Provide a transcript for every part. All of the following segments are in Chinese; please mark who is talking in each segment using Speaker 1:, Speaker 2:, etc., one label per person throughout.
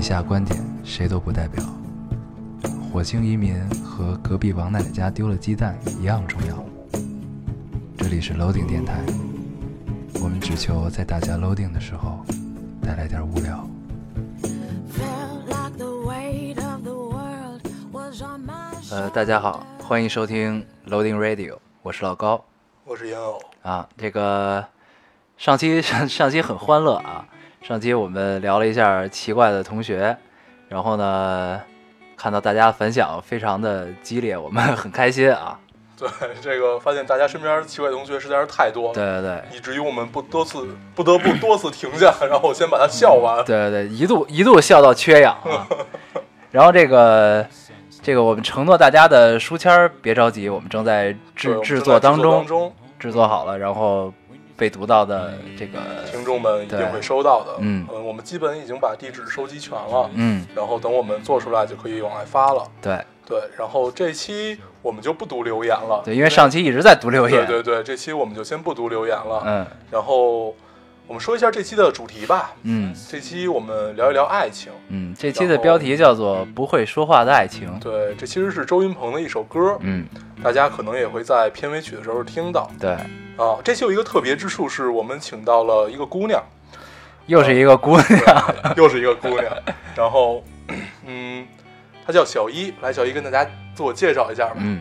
Speaker 1: 下观点谁都不代表。火星移民和隔壁王奶奶家丢了鸡蛋一样重要。这里是 Loading 电台，我们只求在大家 Loading 的时候带来点无聊。
Speaker 2: Felt like the weight of the world was on my
Speaker 1: 呃，大家好，欢迎收听 Loading Radio，我是老高。
Speaker 3: 我是烟偶，
Speaker 1: 啊，这个上期 上上期很欢乐啊，上期我们聊了一下奇怪的同学，然后呢，看到大家反响非常的激烈，我们 很开心啊。
Speaker 3: 对这个发现大家身边奇怪同学实在是太多了，
Speaker 1: 对对对。
Speaker 3: 以至于我们不多次不得不多次停下， 然后先把它笑完。
Speaker 1: 对对对，一度一度笑到缺氧 啊。然后这个这个，我们承诺大家的书签儿别着急，我们正在
Speaker 3: 对
Speaker 1: 制
Speaker 3: 我们
Speaker 1: 制
Speaker 3: 正在
Speaker 1: 作
Speaker 3: 作
Speaker 1: 当中，
Speaker 3: 中，
Speaker 1: 制作好了，然后被读到的这个，
Speaker 3: 听众们一
Speaker 1: 对
Speaker 3: 定会收到的。呃
Speaker 1: 嗯
Speaker 3: 我们基本已经把地址收集全了，
Speaker 1: 嗯，
Speaker 3: 然后等我们做出来就可以往外发了。
Speaker 1: 对
Speaker 3: 对，然后这期我们就不读留言了，
Speaker 1: 对，因为上期一直在读留
Speaker 3: 对
Speaker 1: 言，
Speaker 3: 对对，这期我们就先不读留言了。
Speaker 1: 嗯
Speaker 3: 然后我们说一下这期的主题吧。
Speaker 1: 嗯
Speaker 3: 这期我们聊一聊爱情。
Speaker 1: 嗯，这期的标题叫做《不会说话的爱情》，
Speaker 3: 对，这其实是周云鹏的一首歌，
Speaker 1: 嗯，
Speaker 3: 大家可能也会在片尾曲的时候听到
Speaker 1: 对，
Speaker 3: 啊。这期有一个特别之处，是我们请到了一个姑娘，
Speaker 1: 又是一个姑娘，
Speaker 3: 又是一个姑娘，然后， 嗯，她叫小一，来，小一跟大家自我介绍一下吧。
Speaker 1: 嗯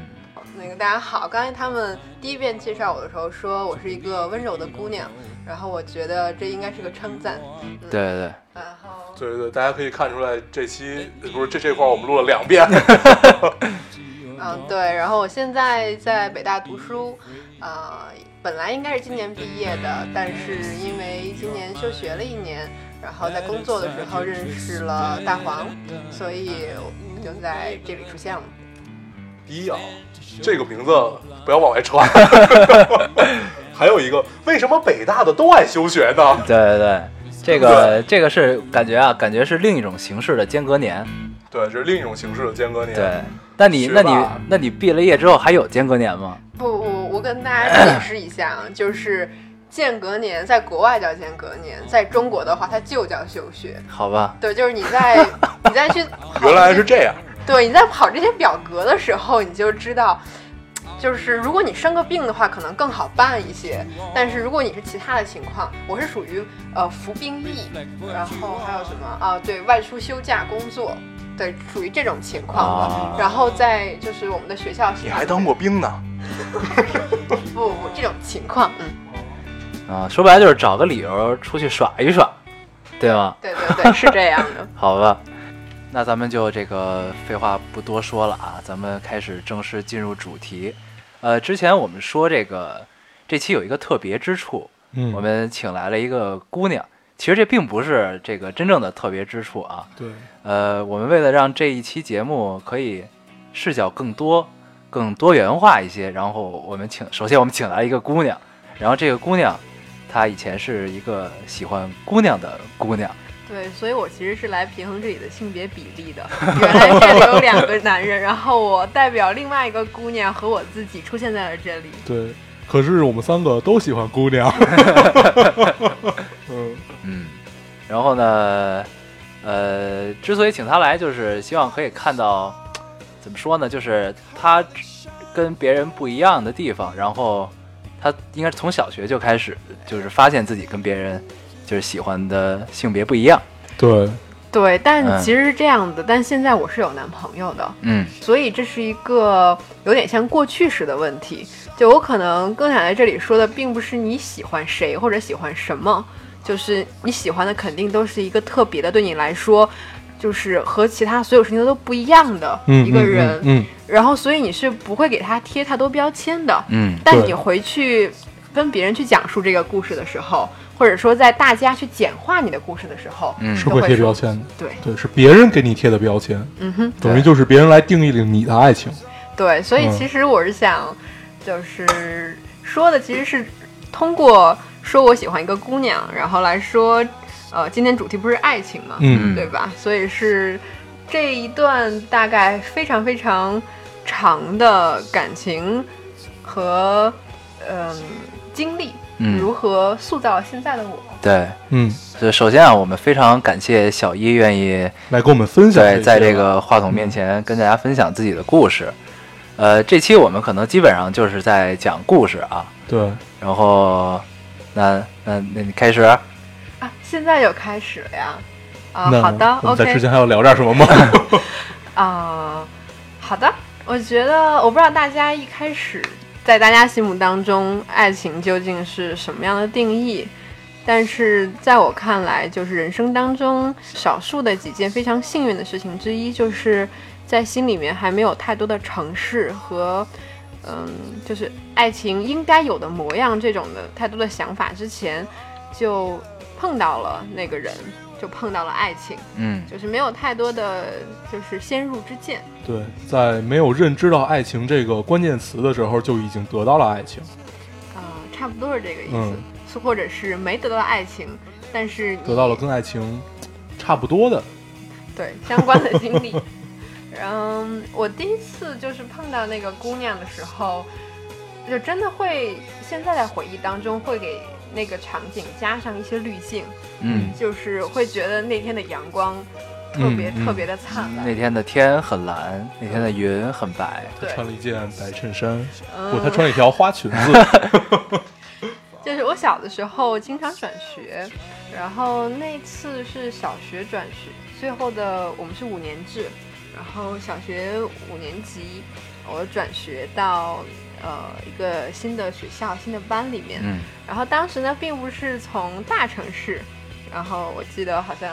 Speaker 4: 那个大家好，刚才他们第一遍介绍我的时候说我是一个温柔的姑娘，然后我觉得这应该是个称赞。啊嗯
Speaker 1: 对对对。
Speaker 4: 然后
Speaker 3: 对对对，大家可以看出来，这期呃不是这这块儿我们录了两遍，
Speaker 4: 嗯对，然后我现在在北大读书，呃，本来应该是今年毕业的，但是因为今年休学了一年，然后在工作的时候认识了大黄，所以我就在这里出现了。
Speaker 3: 第一啊，这个名字不要往外 传。还有一个，为什么北大的都爱休学 呢？
Speaker 1: 对对对，这个这个是感觉啊，感觉是另一种形式的间隔年。
Speaker 3: 对，这是另一种形式的间隔年。
Speaker 1: 对，那你
Speaker 3: 学
Speaker 1: 那
Speaker 3: 霸
Speaker 1: 你那你毕了业之后还有间隔年吗？
Speaker 4: 不，我我跟大家解释一下啊，就是间隔年在国外叫间隔年，在中国的话它就叫休学。
Speaker 1: 好吧，
Speaker 4: 对，就是你 在你在去跑
Speaker 3: 原来
Speaker 4: 这
Speaker 3: 是这样，
Speaker 4: 对你在跑这些表格的时候，你就知道，就是如果你生个病的话，可能更好办一些。但是如果你是其他的情况，我是属于呃服兵役，然后还有什么啊？对外出休假工作，对，属于这种情况的。
Speaker 1: 啊
Speaker 4: 然后在就是我们的学校，
Speaker 3: 你还当过兵呢？
Speaker 4: 不不这种情况，嗯，
Speaker 1: 啊，说白了就是找个理由出去耍一耍，对吗？
Speaker 4: 对 对对，是这样的。
Speaker 1: 好吧，那咱们就这个废话不多说了啊，咱们开始正式进入主题。呃，之前我们说这个这期有一个特别之处，
Speaker 3: 嗯
Speaker 1: 我们请来了一个姑娘。其实这并不是这个真正的特别之处啊，
Speaker 3: 对，
Speaker 1: 呃，我们为了让这一期节目可以视角更多、更多元化一些，然后我们请，首先我们请来一个姑娘，然后这个姑娘她以前是一个喜欢姑娘的姑娘，
Speaker 4: 对，所以我其实是来平衡这里的性别比例的。原来这里有两个男人，然后我代表另外一个姑娘和我自己出现在了这里。
Speaker 3: 对，可是我们三个都喜欢 姑娘。嗯，
Speaker 1: 嗯，然后呢，呃，之所以请她来，就是希望可以看到，怎么说呢，就是她跟别人不一样的地方，然后她应该是从小学就开始，就是发现自己跟别人就是喜欢的性别不一样，
Speaker 3: 对，
Speaker 4: 对，
Speaker 1: 嗯
Speaker 4: 但其实是这样的，但现在我是有男朋友的，
Speaker 1: 嗯。
Speaker 4: 所以这是一个有点像过去式的问题。就我可能更想在这里说的，并不是你喜欢谁或者喜欢什么，就是你喜欢的肯定都是一个特别的，对你来说，就是和其他所有事情都不一样的一个人。
Speaker 3: 嗯，
Speaker 4: 然后所以你是不会给他贴太多标签的。
Speaker 1: 嗯
Speaker 4: 但
Speaker 3: 对
Speaker 4: 你回去跟别人去讲述这个故事的时候，或者说在大家去简化你的故事的时候，
Speaker 1: 嗯
Speaker 3: 是
Speaker 4: 就
Speaker 3: 会贴标。
Speaker 4: 说
Speaker 3: 签的，
Speaker 4: 对，
Speaker 3: 对，是别人给你贴的标签，
Speaker 4: 嗯哼，
Speaker 3: 等于就是别人来定义了你的爱情。
Speaker 4: 对，所以
Speaker 3: 嗯
Speaker 4: 其实我是想，就是说的其实是通过说我喜欢一个姑娘，然后来说，呃，今天主题不是爱情嘛，
Speaker 3: 嗯，
Speaker 4: 对吧？所以是这一段大概非常非常长的感情和嗯、经历，
Speaker 1: 嗯，
Speaker 4: 如何塑造现在的我。
Speaker 1: 对。
Speaker 3: 嗯，
Speaker 1: 所以首先啊，我们非常感谢小一愿意
Speaker 3: 来跟我们分享一
Speaker 1: 对
Speaker 3: 些
Speaker 1: 在这
Speaker 3: 吧
Speaker 1: 个话筒面前跟大家分享自己的故事。呃，这期我们可能基本上就是在讲故事啊，
Speaker 3: 对，
Speaker 1: 然后那那那你开始，
Speaker 4: 啊，现在就开始了呀。啊、
Speaker 3: 那
Speaker 4: 好的
Speaker 3: 我们在之
Speaker 4: ，OK，
Speaker 3: 前还要聊点什么吗？
Speaker 4: 啊、好的。我觉得，我不知道大家一开始在大家心目当中，爱情究竟是什么样的定义？但是在我看来，就是人生当中少数的几件非常幸运的事情之一，就是在心里面还没有太多的城市和，嗯，就是爱情应该有的模样这种的太多的想法之前，就碰到了那个人，就碰到了爱情，
Speaker 1: 嗯
Speaker 4: 就是没有太多的就是先入之见。
Speaker 3: 对，在没有认知到爱情这个关键词的时候，就已经得到了爱情。
Speaker 4: 啊，差不多是这个意
Speaker 3: 嗯
Speaker 4: 思，是或者是没得到爱情，但是
Speaker 3: 得到了跟爱情差不多的，
Speaker 4: 对相关的经历。 嗯，我第一次就是碰到那个姑娘的时候，就真的会现在在回忆当中会给那个场景加上一些滤镜，
Speaker 1: 嗯，
Speaker 4: 就是会觉得那天的阳光特别、
Speaker 3: 嗯嗯
Speaker 4: 特别的灿烂。
Speaker 1: 那天的天很蓝，那天的云很白，
Speaker 3: 她
Speaker 4: 对，
Speaker 3: 穿了一件白衬衫，不，她
Speaker 4: 嗯，
Speaker 3: 穿了一条花裙子。
Speaker 4: 就是我小的时候经常转学，然后那次是小学转学，最后的我们是五年制，然后小学五年级我转学到呃一个新的学校、新的班里面，
Speaker 1: 嗯
Speaker 4: 然后当时呢并不是从大城市，然后我记得好像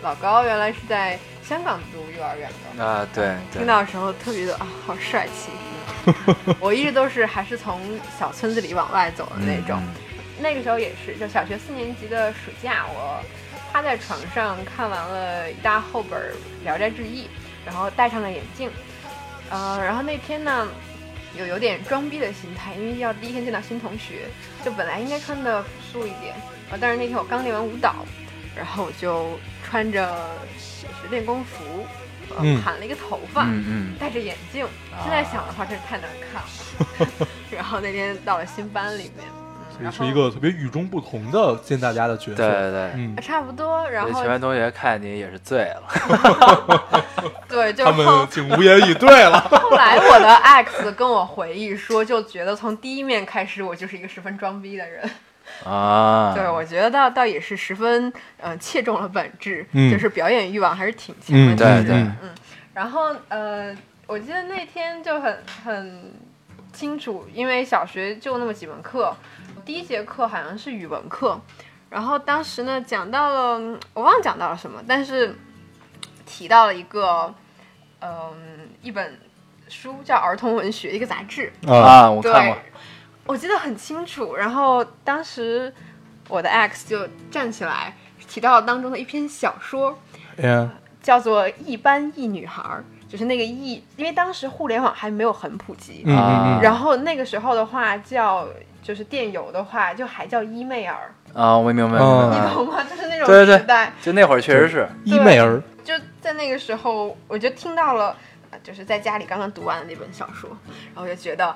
Speaker 4: 老高原来是在香港读幼儿园的，
Speaker 1: 啊对
Speaker 4: 听
Speaker 1: 对，
Speaker 4: 到的时候特别的啊，好帅 气。我一直都是还是从小村子里往外走的那种，那个时候也是，就小学四年级的暑假，我趴在床上看完了一大厚本《聊斋志异》，然后戴上了眼镜，呃，然后那天呢，有有点装逼的心态，因为要第一天见到新同学，就本来应该穿的朴素一点，呃，但是那天我刚练完舞蹈，然后我就穿着就是练功服，呃
Speaker 3: 嗯，
Speaker 4: 盘了一个头发，
Speaker 1: 嗯嗯
Speaker 4: 戴着眼镜，现在想的话真是太难看了。 然后那天到了新班里面，嗯
Speaker 3: 也嗯
Speaker 4: 然
Speaker 3: 是
Speaker 4: 后
Speaker 3: 一个特别与众不同的见大家的角
Speaker 1: 嗯，
Speaker 3: 色。
Speaker 1: 对对对，
Speaker 3: 嗯，
Speaker 4: 差不多，然
Speaker 1: 所以
Speaker 4: 后
Speaker 1: 全班同学看你也是醉了，
Speaker 4: 对，就
Speaker 3: 他
Speaker 4: 是
Speaker 3: 们
Speaker 4: 后
Speaker 3: 竟无言以对 了。
Speaker 4: 后来我的 ex 跟我回忆说，就觉得从第一面开始，我就是一个十分装逼的人。
Speaker 1: 啊，
Speaker 4: 对，我觉得倒倒也是十分嗯、呃切中了本质，
Speaker 3: 嗯
Speaker 4: 就是表演欲望还是挺强的。
Speaker 3: 嗯，
Speaker 1: 对对
Speaker 3: 嗯
Speaker 4: 然后呃，我记得那天就很很清楚，因为小学就那么几门课，第一节课好像是语文课，然后当时呢讲到了，嗯我忘了讲到了什么，但是提到了一个，嗯、一本书叫《儿童文学》，一个杂志，
Speaker 3: 啊，
Speaker 1: 啊，我
Speaker 4: 对，
Speaker 1: 看过，
Speaker 4: 我记得很清楚。然后当时我的 ex 就站起来提到了当中的一篇小说，
Speaker 3: 嗯
Speaker 4: 叫做“一班一女孩儿”，就是那个“一”，因为当时互联网还没有很普及。
Speaker 3: 嗯
Speaker 1: 啊
Speaker 3: 嗯嗯，
Speaker 4: 然后那个时候的话叫，就是电邮的话，就还叫伊妹儿，
Speaker 1: 啊，我明白，
Speaker 3: 嗯
Speaker 1: 明白
Speaker 4: 懂吗？ 就是那
Speaker 1: 对对
Speaker 4: 种
Speaker 1: 对
Speaker 4: 时代，
Speaker 1: 就那会儿确实是，
Speaker 3: 伊美儿，
Speaker 4: 就在那个时候，我就听到了，呃就是在家里刚刚读完的那本小说，然后我就觉得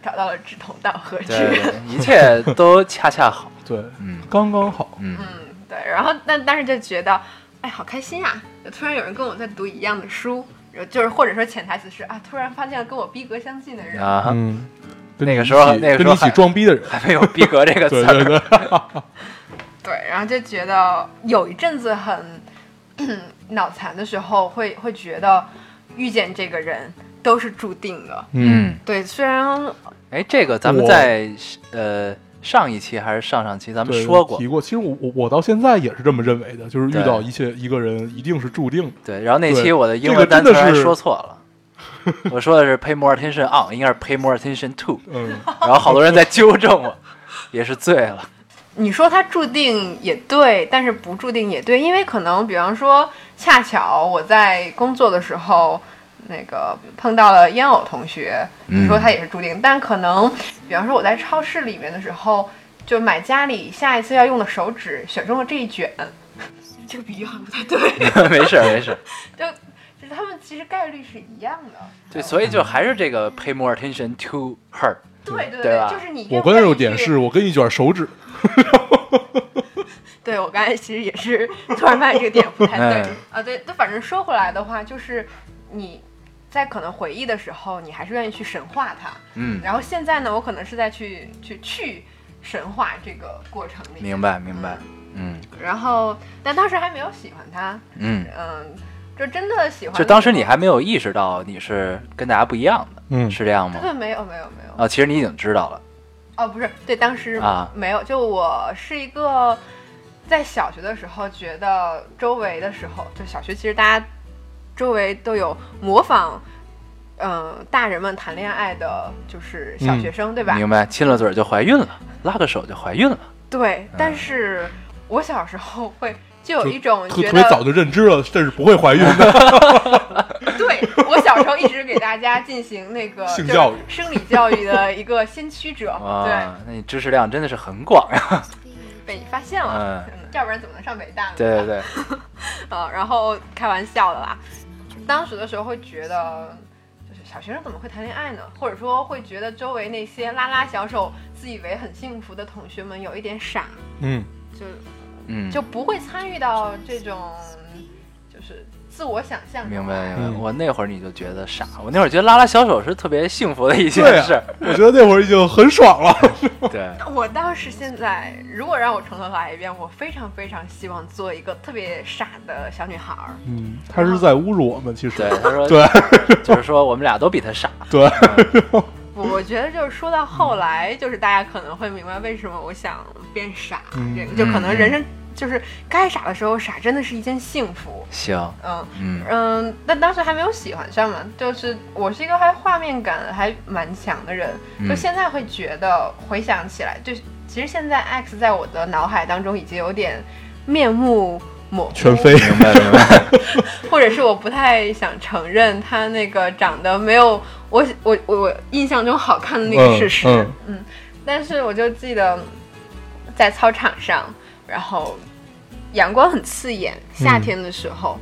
Speaker 4: 找到了志同道合之
Speaker 1: 对，
Speaker 4: 人。
Speaker 1: 对一切都恰恰好，
Speaker 3: 对，
Speaker 1: 嗯
Speaker 3: 刚刚好。
Speaker 1: 嗯
Speaker 4: 嗯，对。然后但但是就觉得，哎，好开心啊！就突然有人跟我在读一样的书，就是或者说潜台词是啊，突然发现了跟我逼格相近的人。
Speaker 1: 啊，
Speaker 3: 嗯，跟
Speaker 1: 那个
Speaker 3: 你
Speaker 1: 时候
Speaker 3: 一起
Speaker 1: 那个时
Speaker 3: 跟
Speaker 1: 候
Speaker 3: 你一起
Speaker 1: 还
Speaker 3: 装逼的 人，
Speaker 1: 还没有逼格这个词
Speaker 3: 对
Speaker 1: 儿，
Speaker 3: 对对，
Speaker 4: 对，然后就觉得有一阵子很 脑残的时候会，会觉得遇见这个人都是注定的。
Speaker 3: 嗯，
Speaker 1: 嗯，
Speaker 4: 对，虽然
Speaker 1: 哎，这个咱们
Speaker 3: 我
Speaker 1: 在呃上一期还是上上期咱们
Speaker 3: 对
Speaker 1: 说过
Speaker 3: 提，过。其实我我我到现在也是这么认为的，就是遇
Speaker 1: 对
Speaker 3: 到一切一个人一定是注定的。
Speaker 1: 对，然后那期
Speaker 3: 对
Speaker 1: 我的英
Speaker 3: 这
Speaker 1: 文
Speaker 3: 个
Speaker 1: 单
Speaker 3: 真的
Speaker 1: 词还
Speaker 3: 是
Speaker 1: 说错了，我说的是 pay more attention on，应该是 pay more attention to，
Speaker 3: 嗯，
Speaker 1: 然后好多人在纠正我，也是醉了，
Speaker 4: 你说他注定也对，但是不注定也对，因为可能比方说，恰巧我在工作的时候。那个碰到了烟偶同学，嗯你说他也是注定，但可能，比方说我在超市里面的时候，就买家里下一次要用的手纸，选中了这一 卷，这个比喻好像不太对，
Speaker 1: 没事儿没事儿，
Speaker 4: 就就是他们其实概率是一样的。
Speaker 1: 对，所以就还是这个 pay more attention to her，
Speaker 4: 对对
Speaker 1: 对吧
Speaker 4: 就是你
Speaker 3: 我
Speaker 4: 愿不
Speaker 3: 关
Speaker 4: 愿
Speaker 3: 注
Speaker 4: 意
Speaker 3: 点
Speaker 4: 去
Speaker 3: 是我跟一卷手指，
Speaker 4: 对我刚才其实也是突然发现这个点不太对、
Speaker 1: 哎
Speaker 4: 啊。对，但反正说回来的话，就是你在可能回忆的时候，你还是愿意去神化它。
Speaker 1: 嗯，
Speaker 4: 然后现在呢，我可能是在去去去神化这个过程里。
Speaker 1: 明白明白，嗯
Speaker 4: 然后，但当时还没有喜欢他，
Speaker 1: 嗯，
Speaker 4: 嗯，就真的喜欢的时候。
Speaker 1: 就当时你还没有意识到你是跟大家不一样的，
Speaker 3: 嗯，
Speaker 1: 是这样
Speaker 4: 对
Speaker 1: 吗？
Speaker 4: 对没有没有没有
Speaker 1: 啊，其实你已经知道了，
Speaker 4: 哦，不是，对，当时
Speaker 1: 啊
Speaker 4: 没有，就我是一个在小学的时候觉得周围的时候，就小学其实大家周围都有模仿，嗯、大人们谈恋爱的，就是小学生，对吧？
Speaker 1: 嗯明白？亲了嘴儿就怀孕了，拉个手就怀孕了，
Speaker 4: 对
Speaker 1: 嗯，
Speaker 4: 但是我小时候会。就有
Speaker 3: 就
Speaker 4: 一种
Speaker 3: 特
Speaker 4: 觉
Speaker 3: 特别
Speaker 4: 得，
Speaker 3: 早就认知了，这是不会怀孕 的。
Speaker 4: 对我小时候一直给大家进行那个
Speaker 3: 性教育
Speaker 4: 就是生理教育的一个先驱者，对，
Speaker 1: 啊，那你知识量真的是很广啊呀，
Speaker 4: 被你发现了，
Speaker 1: 嗯
Speaker 4: 嗯要不然怎么能上北大呢？
Speaker 1: 对对对，
Speaker 4: 呃，然后开玩笑的啦。当时的时候会觉得，就是小学生怎么会谈恋爱呢？或者说会觉得周围那些拉拉小手、自以为很幸福的同学们有一点傻，
Speaker 3: 嗯，
Speaker 4: 就
Speaker 1: 嗯，
Speaker 4: 就不会参与到这种就是自我想象。
Speaker 1: 明白明
Speaker 3: 嗯
Speaker 1: 白。我那会儿你就觉得傻，我那会儿觉得拉拉小手是特别幸福的一件
Speaker 3: 对啊
Speaker 1: 事儿，
Speaker 3: 我觉得那会儿已经很爽了。
Speaker 1: 对，
Speaker 4: 我倒是现在，如果让我重头来一遍，我非常非常希望做一个特别傻的小女孩儿。
Speaker 3: 嗯，他是在侮辱我们，其实
Speaker 1: 对，他说，
Speaker 3: 对
Speaker 1: 就是说我们俩都比他傻，
Speaker 3: 对，
Speaker 4: 我我觉得就是说到后来，就是大家可能会明白为什么我想变傻，
Speaker 3: 嗯
Speaker 4: 这个就可能
Speaker 1: 嗯
Speaker 4: 人生就是该傻的时候傻，真的是一件幸福。
Speaker 1: 行，
Speaker 4: 嗯
Speaker 1: 嗯
Speaker 4: 嗯，但当时还没有喜欢上嘛，就是我是一个还画面感还蛮强的人，
Speaker 1: 嗯
Speaker 4: 就现在会觉得回想起来，就是其实现在 X 在我的脑海当中已经有点面目模糊，
Speaker 3: 全飞。
Speaker 1: 明白明 白，
Speaker 4: 或者是我不太想承认他那个长得没有我我我我印象中好看的那个事实。
Speaker 3: 嗯
Speaker 4: 但是我就记得在操场上，然后阳光很刺眼，
Speaker 3: 嗯
Speaker 4: 夏天的时候，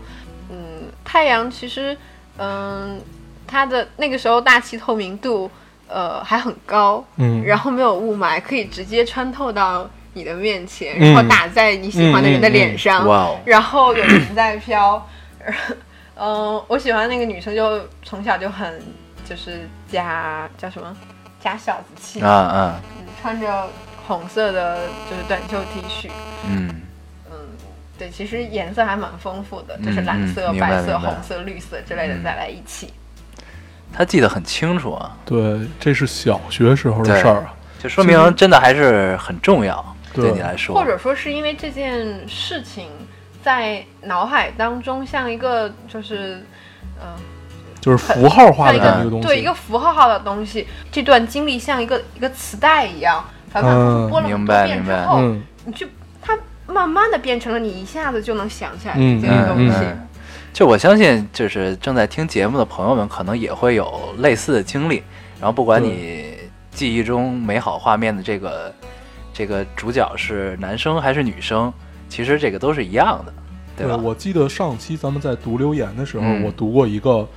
Speaker 4: 嗯太阳其实，嗯，它的那个时候大气透明度，呃，还很高，
Speaker 3: 嗯，
Speaker 4: 然后没有雾霾，可以直接穿透到你的面前，
Speaker 3: 嗯
Speaker 4: 然后打在你喜欢的人的脸上，
Speaker 1: 哇哦，
Speaker 4: 然后有云在飘。嗯、我喜欢那个女生就从小就很就是夹叫什么夹小子气
Speaker 1: 啊啊
Speaker 4: 嗯穿着红色的就是短袖 T 恤，
Speaker 1: 嗯
Speaker 4: 嗯，对，其实颜色还蛮丰富的，就是
Speaker 1: 嗯
Speaker 4: 蓝色、
Speaker 1: 嗯明白
Speaker 4: 白色、
Speaker 1: 明白
Speaker 4: 红色、绿色之类的
Speaker 1: 嗯
Speaker 4: 再来一起。
Speaker 1: 他记得很清楚啊，
Speaker 3: 对，这是小学时候的事儿啊。
Speaker 1: 就说明真的还是很重要，
Speaker 3: 对
Speaker 1: 对你来说，
Speaker 4: 或者说是因为这件事情在脑海当中像一个就是。嗯、
Speaker 3: 就是符号化
Speaker 4: 像
Speaker 3: 的这么一个
Speaker 4: 一个
Speaker 3: 东西。
Speaker 4: 对一个符号化的东西，这段经历像一个一个磁带一样，反反复复
Speaker 3: 嗯
Speaker 4: 播了很
Speaker 1: 明
Speaker 4: 多
Speaker 1: 白
Speaker 4: 遍
Speaker 1: 明
Speaker 4: 之
Speaker 1: 白
Speaker 4: 后，
Speaker 3: 嗯
Speaker 4: 你去它慢慢的变成了你一下子就能想起来
Speaker 3: 嗯
Speaker 4: 这件
Speaker 1: 嗯
Speaker 4: 东西。
Speaker 1: 嗯。就我相信，就是正在听节目的朋友们，可能也会有类似的经历。然后，不管
Speaker 3: 对
Speaker 1: 你记忆中美好画面的这个这个主角是男生还是女生，其实这个都是一样的，
Speaker 3: 对
Speaker 1: 吧？
Speaker 3: 嗯我记得上期咱们在读留言的时候，
Speaker 1: 嗯
Speaker 3: 我读过一个，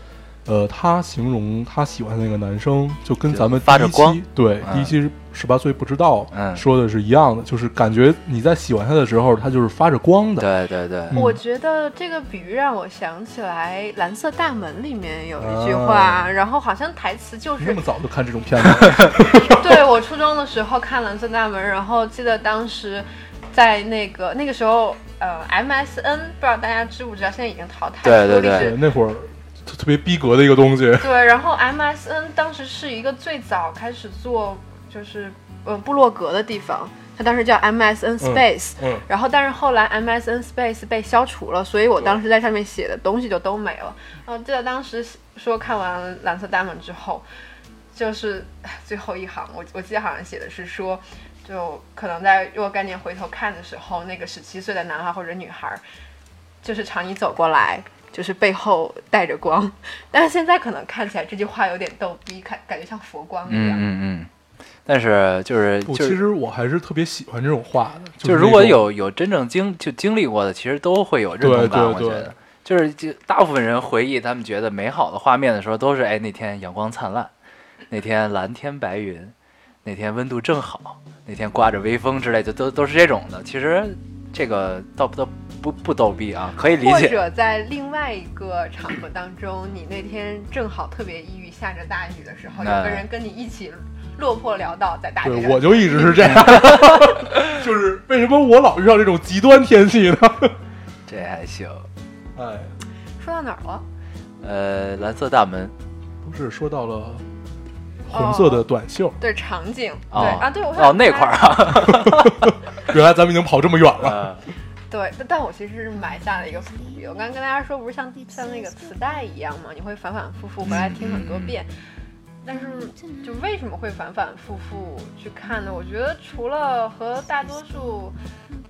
Speaker 3: 呃，他形容他喜欢的那个男生，就跟咱们
Speaker 1: 就发着
Speaker 3: 第一期
Speaker 1: 光
Speaker 3: 对、
Speaker 1: 嗯
Speaker 3: 第一期十八岁不知道、
Speaker 1: 嗯
Speaker 3: 说的是一样的，就是感觉你在喜欢他的时候，他就是发着光的。
Speaker 1: 对对对，
Speaker 3: 嗯
Speaker 4: 我觉得这个比喻让我想起来《蓝色大门》里面有一句话，
Speaker 3: 啊
Speaker 4: 然后好像台词就
Speaker 3: 你
Speaker 4: 是
Speaker 3: 那么早就看这种 片子，
Speaker 4: 对我初中的时候看《蓝色大门》，然后记得当时在那个那个时候，呃，MSN 不知道大家知不知道，现在已经淘汰
Speaker 1: 对
Speaker 4: 了。
Speaker 1: 对
Speaker 4: 历
Speaker 3: 对
Speaker 4: 史
Speaker 3: 那会儿特特别逼格的一个东西。
Speaker 4: 对，然后 MSN 当时是一个最早开始做就是呃部落格的地方，它当时叫 MSN Space，、
Speaker 3: 嗯
Speaker 4: 然后但是后来 MSN Space 被消除了，所以我当时在上面写的东西就都没了。嗯、记得当时说看完《蓝色大门》之后，就是唉最后一行，我我记得好像写的是说。就可能在若干年回头看的时候，那个十七岁的男孩或者女孩，就是朝你走过来，就是背后带着光。但是现在可能看起来这句话有点逗逼，感感觉像佛光一
Speaker 1: 嗯
Speaker 4: 样。
Speaker 1: 嗯嗯。但是就是
Speaker 3: 我
Speaker 1: 就
Speaker 3: 其
Speaker 1: 是
Speaker 3: 实我还是特别喜欢这种话的，
Speaker 1: 就是如果
Speaker 3: 那种
Speaker 1: 有有真正经就经历过的，其实都会有认
Speaker 3: 对
Speaker 1: 同感。
Speaker 3: 对
Speaker 1: 我
Speaker 3: 对
Speaker 1: 觉得，就是就大部分人回忆他们觉得美好的画面的时候，都是哎那天阳光灿烂，那天蓝天白云，哪天温度正好，哪天刮着微风之类的，都都是这种的。其实这个倒不倒不不逗逼啊，可以理
Speaker 4: 或
Speaker 1: 解。
Speaker 4: 者在另外一个场合当中，你那天正好特别抑郁，下着大雨的时候，有
Speaker 1: 那
Speaker 4: 个人跟你一起落魄潦倒在大 街
Speaker 3: 对，
Speaker 4: 上，
Speaker 3: 我就一直是这样，就是为什么我老遇到这种极端天气呢？
Speaker 1: 这还行。
Speaker 3: 哎，
Speaker 4: 说到哪儿了？
Speaker 1: 呃，蓝色大门，
Speaker 3: 不是说到了红色的短袖，
Speaker 4: 哦对场景，
Speaker 1: 哦
Speaker 4: 对啊，对我
Speaker 1: 哦那块儿
Speaker 4: 儿，
Speaker 1: 啊，
Speaker 3: 原来咱们已经跑这么远了。
Speaker 1: 呃
Speaker 4: 对，但但我其实是埋下了一个伏笔。我刚刚跟大家说，不是像像那个磁带一样嘛，你会反反复复回来听很多遍。
Speaker 1: 嗯
Speaker 4: 但是，就为什么会反反复复去看呢？我觉得除了和大多数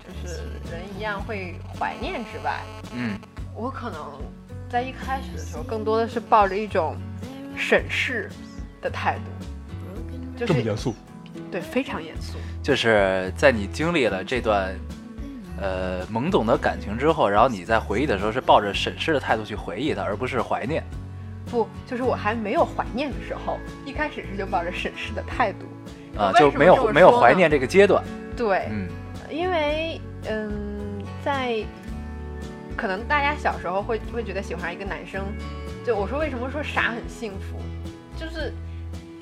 Speaker 4: 就是人一样会怀念之外，
Speaker 1: 嗯
Speaker 4: 我可能在一开始的时候，更多的是抱着一种审视的态度，就
Speaker 3: 这么
Speaker 4: 是
Speaker 3: 严肃，
Speaker 4: 对非常严肃。
Speaker 1: 就是在你经历了这段呃懵懂的感情之后，然后你在回忆的时候是抱着审视的态度去回忆它，而不是怀念。
Speaker 4: 不，就是我还没有怀念的时候，一开始是就抱着审视的态度。
Speaker 1: 啊，
Speaker 4: 为
Speaker 1: 就
Speaker 4: 什么
Speaker 1: 没
Speaker 4: 这
Speaker 1: 有
Speaker 4: 么
Speaker 1: 没有
Speaker 4: 说
Speaker 1: 怀
Speaker 4: 呢
Speaker 1: 念这个阶段，
Speaker 4: 对，
Speaker 1: 嗯，
Speaker 4: 因为嗯，在可能大家小时候会会觉得喜欢一个男生，就我说为什么说傻很幸福，就是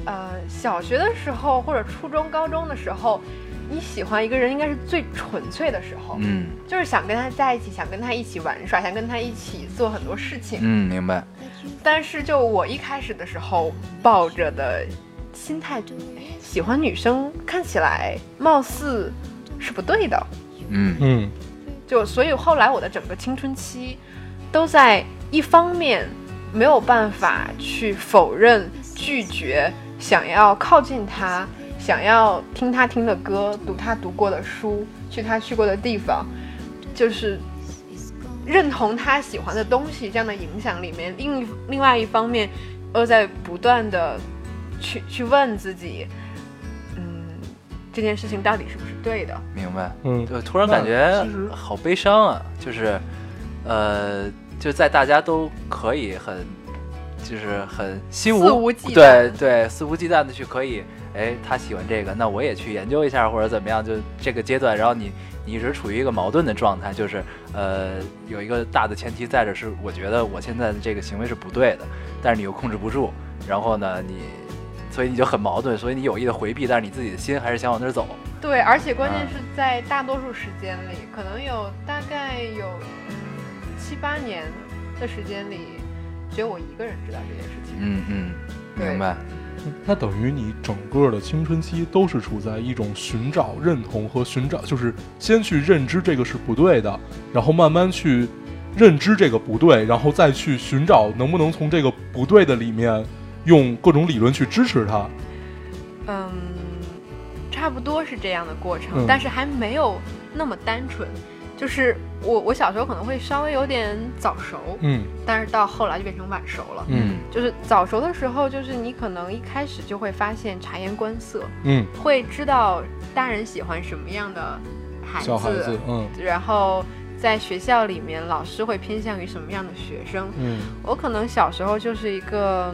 Speaker 4: 呃小学的时候或者初中高中的时候，你喜欢一个人应该是最纯粹的时候，
Speaker 1: 嗯
Speaker 4: 就是想跟他在一起，想跟他一起玩耍，想跟他一起做很多事情。
Speaker 1: 嗯，明白，
Speaker 4: 但是就我一开始的时候抱着的心态，喜欢女生看起来貌似是不对的，
Speaker 1: 嗯
Speaker 3: 嗯，
Speaker 4: 就所以后来我的整个青春期，都在一方面没有办法去否认、拒绝想要靠近他、想要听他听的歌、读他读过的书、去他去过的地方，就是认同他喜欢的东西这样的影响里面。另一另外一方面，又在不断的去去问自己，嗯，这件事情到底是不是对的？
Speaker 1: 明白。
Speaker 3: 嗯，
Speaker 1: 就突然
Speaker 3: 那
Speaker 1: 感觉
Speaker 3: 其实
Speaker 1: 好悲伤啊，就是，呃，就在大家都可以很，就是很心
Speaker 4: 肆无忌惮
Speaker 1: 对对，肆无忌惮的去可以，哎，他喜欢这个，那我也去研究一下或者怎么样，就这个阶段，然后你你一直处于一个矛盾的状态，就是呃，有一个大的前提在这是，我觉得我现在的这个行为是不对的，但是你又控制不住，然后呢，你。所以你就很矛盾，所以你有意的回避，但是你自己的心还是想往那儿走。
Speaker 4: 对，而且关
Speaker 3: 啊
Speaker 4: 键是在大多数时间里，可能有大概有嗯七八年的时间里，只有我一个人知道这件事情。
Speaker 1: 嗯嗯，
Speaker 4: 对
Speaker 1: 明白。
Speaker 3: 那等于你整个的青春期都是处在一种寻找认同和寻找，就是先去认知这个是不对的，然后慢慢去认知这个不对，然后再去寻找能不能从这个不对的里面用各种理论去支持它。
Speaker 4: 嗯，差不多是这样的过程，
Speaker 3: 嗯
Speaker 4: 但是还没有那么单纯。就是我我小时候可能会稍微有点早熟，
Speaker 3: 嗯
Speaker 4: 但是到后来就变成晚熟了。
Speaker 3: 嗯
Speaker 4: 就是早熟的时候，就是你可能一开始就会发现察言观色，
Speaker 3: 嗯，
Speaker 4: 会知道大人喜欢什么样的
Speaker 3: 小孩子，嗯
Speaker 4: 然后在学校里面，老师会偏向于什么样的学生？
Speaker 3: 嗯
Speaker 4: 我可能小时候就是一个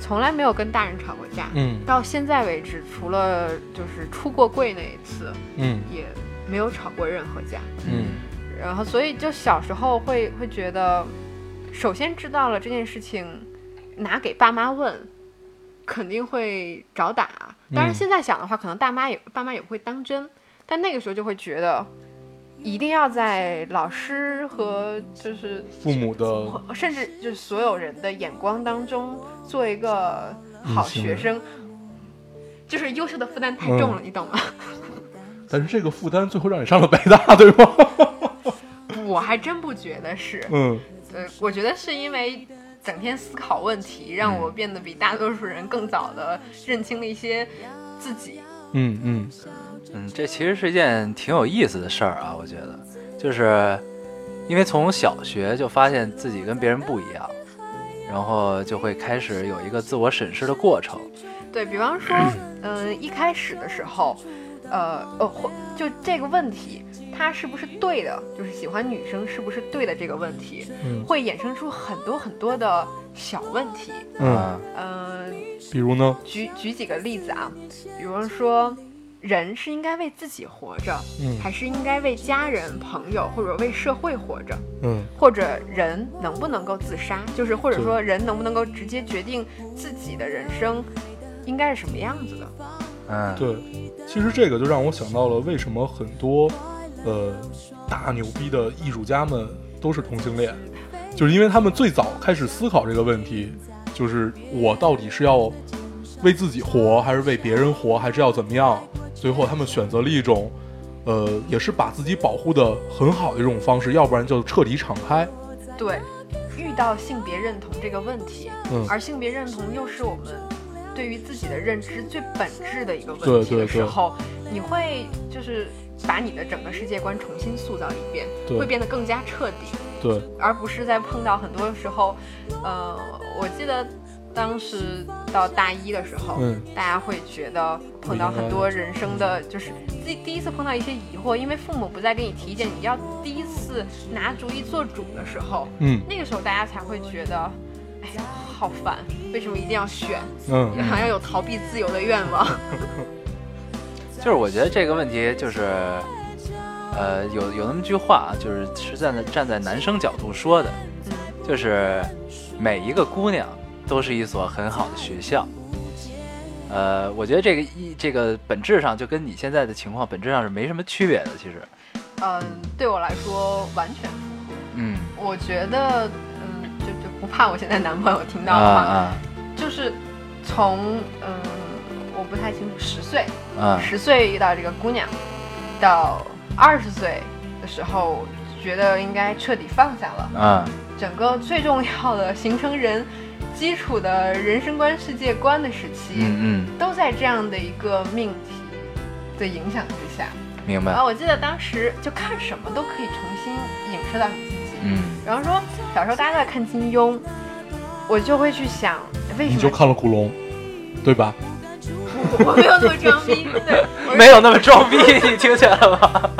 Speaker 4: 从来没有跟大人吵过架，
Speaker 3: 嗯
Speaker 4: 到现在为止，除了就是出过柜那一次，
Speaker 3: 嗯
Speaker 4: 也没有吵过任何架。
Speaker 3: 嗯
Speaker 4: 然后，所以就小时候会会觉得，首先知道了这件事情，拿给爸妈问，肯定会找打。当然，
Speaker 3: 嗯
Speaker 4: 现在想的话，可能大妈也爸妈也不会当真，但那个时候就会觉得，一定要在老师和就是
Speaker 3: 父母的
Speaker 4: 甚至就是所有人的眼光当中做一个好
Speaker 3: 嗯行
Speaker 4: 学生，就是优秀的负担太重了，你懂吗？
Speaker 3: 但是这个负担最后让你上了北大，对吗？
Speaker 4: 我还真不觉得是。
Speaker 3: 嗯
Speaker 4: 呃，我觉得是因为整天思考问题，让我变得比大多数人更早的认清了一些自己。
Speaker 3: 嗯嗯
Speaker 1: 嗯，这其实是一件挺有意思的事儿啊，我觉得，就是因为从小学就发现自己跟别人不一样，然后就会开始有一个自我审视的过程。
Speaker 4: 对比方哦说，嗯、一开始的时候，呃，呃，或就这个问题，它他是不是对的，就是喜欢女生是不是对的这个问题，
Speaker 3: 嗯
Speaker 4: 会衍生出很多很多的小问题。
Speaker 1: 啊
Speaker 3: 嗯，
Speaker 4: 嗯、
Speaker 3: 比如呢？
Speaker 4: 举举几个例子啊，比方说，人是应该为自己活着，
Speaker 3: 嗯
Speaker 4: 还是应该为家人、朋友或者为社会活着？
Speaker 3: 嗯
Speaker 4: 或者人能不能够自杀，就是或者说人能不能够直接决定自己的人生应该是什么样子的。
Speaker 1: 嗯，
Speaker 3: 对，其实这个就让我想到了为什么很多呃大牛逼的艺术家们都是同性恋，就是因为他们最早开始思考这个问题，就是我到底是要为自己活，还是为别人活，还是要怎么样？最后他们选择了一种。呃，也是把自己保护的很好的一种方式，要不然就彻底敞开。
Speaker 4: 对，遇到性别认同这个问题，
Speaker 3: 嗯
Speaker 4: 而性别认同又是我们对于自己的认知最本质的一个
Speaker 3: 对
Speaker 4: 问题
Speaker 3: 对
Speaker 4: 的时
Speaker 3: 对
Speaker 4: 候，你会就是把你的整个世界观重新塑造一遍，
Speaker 3: 对
Speaker 4: 会变得更加彻底。
Speaker 3: 对，
Speaker 4: 而不是在碰到很多时候，呃，我记得当时到大一的时候，
Speaker 3: 嗯
Speaker 4: 大家会觉得碰到很多人生的，就是自己第一次碰到一些疑惑，因为父母不再给你提意见，你要第一次拿主意做主的时候，
Speaker 3: 嗯
Speaker 4: 那个时候大家才会觉得，哎呀，好烦，为什么一定要选？
Speaker 3: 嗯
Speaker 4: 好像有逃避自由的愿望。
Speaker 1: 就是我觉得这个问题就是，呃，有有那么句话，就是是站在站在男生角度说的，
Speaker 4: 嗯，
Speaker 1: 就是每一个姑娘都是一所很好的学校。呃，我觉得这个一这个本质上就跟你现在的情况本质上是没什么区别的，其实，
Speaker 4: 呃，对我来说完全符
Speaker 1: 嗯
Speaker 4: 合，我觉得，嗯，就就不怕我现在男朋友听到
Speaker 1: 啊
Speaker 4: 的话。
Speaker 1: 啊
Speaker 4: 就是从嗯，我不太清楚，十岁，
Speaker 1: 啊，
Speaker 4: 十岁遇到这个姑娘，到二十岁的时候，觉得应该彻底放下了。
Speaker 1: 嗯
Speaker 4: 整个最重要的形成人基础的人生观、世界观的时期，
Speaker 1: 嗯嗯，
Speaker 4: 都在这样的一个命题的影响之下。
Speaker 1: 明
Speaker 4: 然
Speaker 1: 白
Speaker 4: 后，我记得当时就看什么都可以重新影射到你自己。
Speaker 1: 嗯
Speaker 4: 然后说小时候大家都在看金庸，我就会去想为什
Speaker 3: 你
Speaker 4: 么
Speaker 3: 就看了古龙，对吧？
Speaker 4: 我没有那么装 逼，对，我是
Speaker 1: 没有那么装逼，你听见了吗？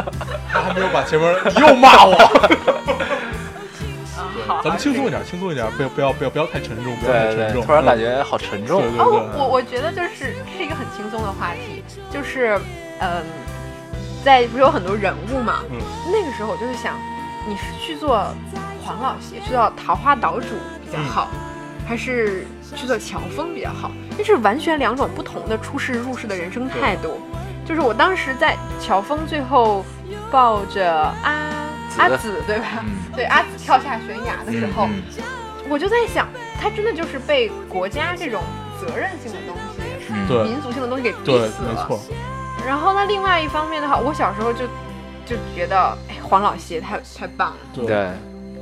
Speaker 3: 他还没有把前 面，你又骂我。
Speaker 4: 啊 好，
Speaker 3: 咱们轻松一点，轻松一点，不要不要不要不要太沉重，不要太
Speaker 1: 对
Speaker 3: 沉
Speaker 1: 对，
Speaker 3: 重。嗯
Speaker 1: 突然感觉好沉重
Speaker 3: 对，对
Speaker 4: 哦，我
Speaker 3: 对，
Speaker 4: 我我觉得就是这是一个很轻松的话题，就是嗯，在不是有很多人物嘛，
Speaker 3: 嗯
Speaker 4: 那个时候我就会想，你是去做黄老邪，去做桃花岛主比
Speaker 3: 嗯
Speaker 4: 较好，还是去做乔峰比较好？这是完全两种不同的出世入世的人生态度。就是我当时在乔峰最后抱着阿
Speaker 1: 子
Speaker 4: 阿紫对吧？
Speaker 1: 嗯
Speaker 4: 对阿紫跳下悬崖的时候，
Speaker 1: 嗯
Speaker 4: 我就在想，他真的就是被国家这种责任性的东西、
Speaker 1: 嗯
Speaker 3: 对
Speaker 4: 民族性的东西给逼
Speaker 3: 对，
Speaker 4: 死
Speaker 3: 没
Speaker 4: 了。
Speaker 3: 错，
Speaker 4: 然后呢，另外一方面的话，我小时候就就觉得，哎，黄老邪太太棒了。
Speaker 3: 对。
Speaker 1: 对，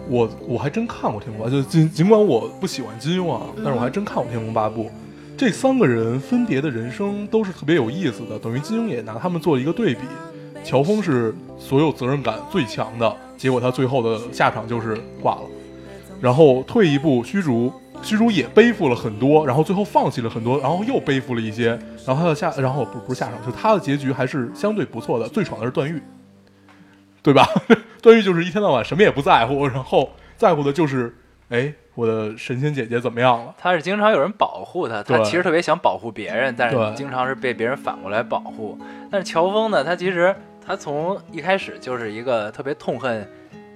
Speaker 3: 我我还真看过《天龙八部》，就尽尽管我不喜欢金庸啊，但是我还真看过《天龙八部》。这三个人分别的人生都是特别有意思的，等于金庸也拿他们做一个对比。乔峰是所有责任感最强的，结果他最后的下场就是挂了。然后退一步，虚竹，虚竹也背负了很多，然后最后放弃了很多，然后又背负了一些，然后他的下，然后不不是下场，就他的结局还是相对不错的。最爽的是段誉，对吧？段誉就是一天到晚什么也不在乎，然后在乎的就是，哎，我的神仙姐姐怎么样了？
Speaker 1: 他是经常有人保护他，他
Speaker 3: 对
Speaker 1: 其实特别想保护别人，但
Speaker 3: 对
Speaker 1: 是经常是被别人反过来保护。但是乔峰呢，他其实他从一开始就是一个特别痛恨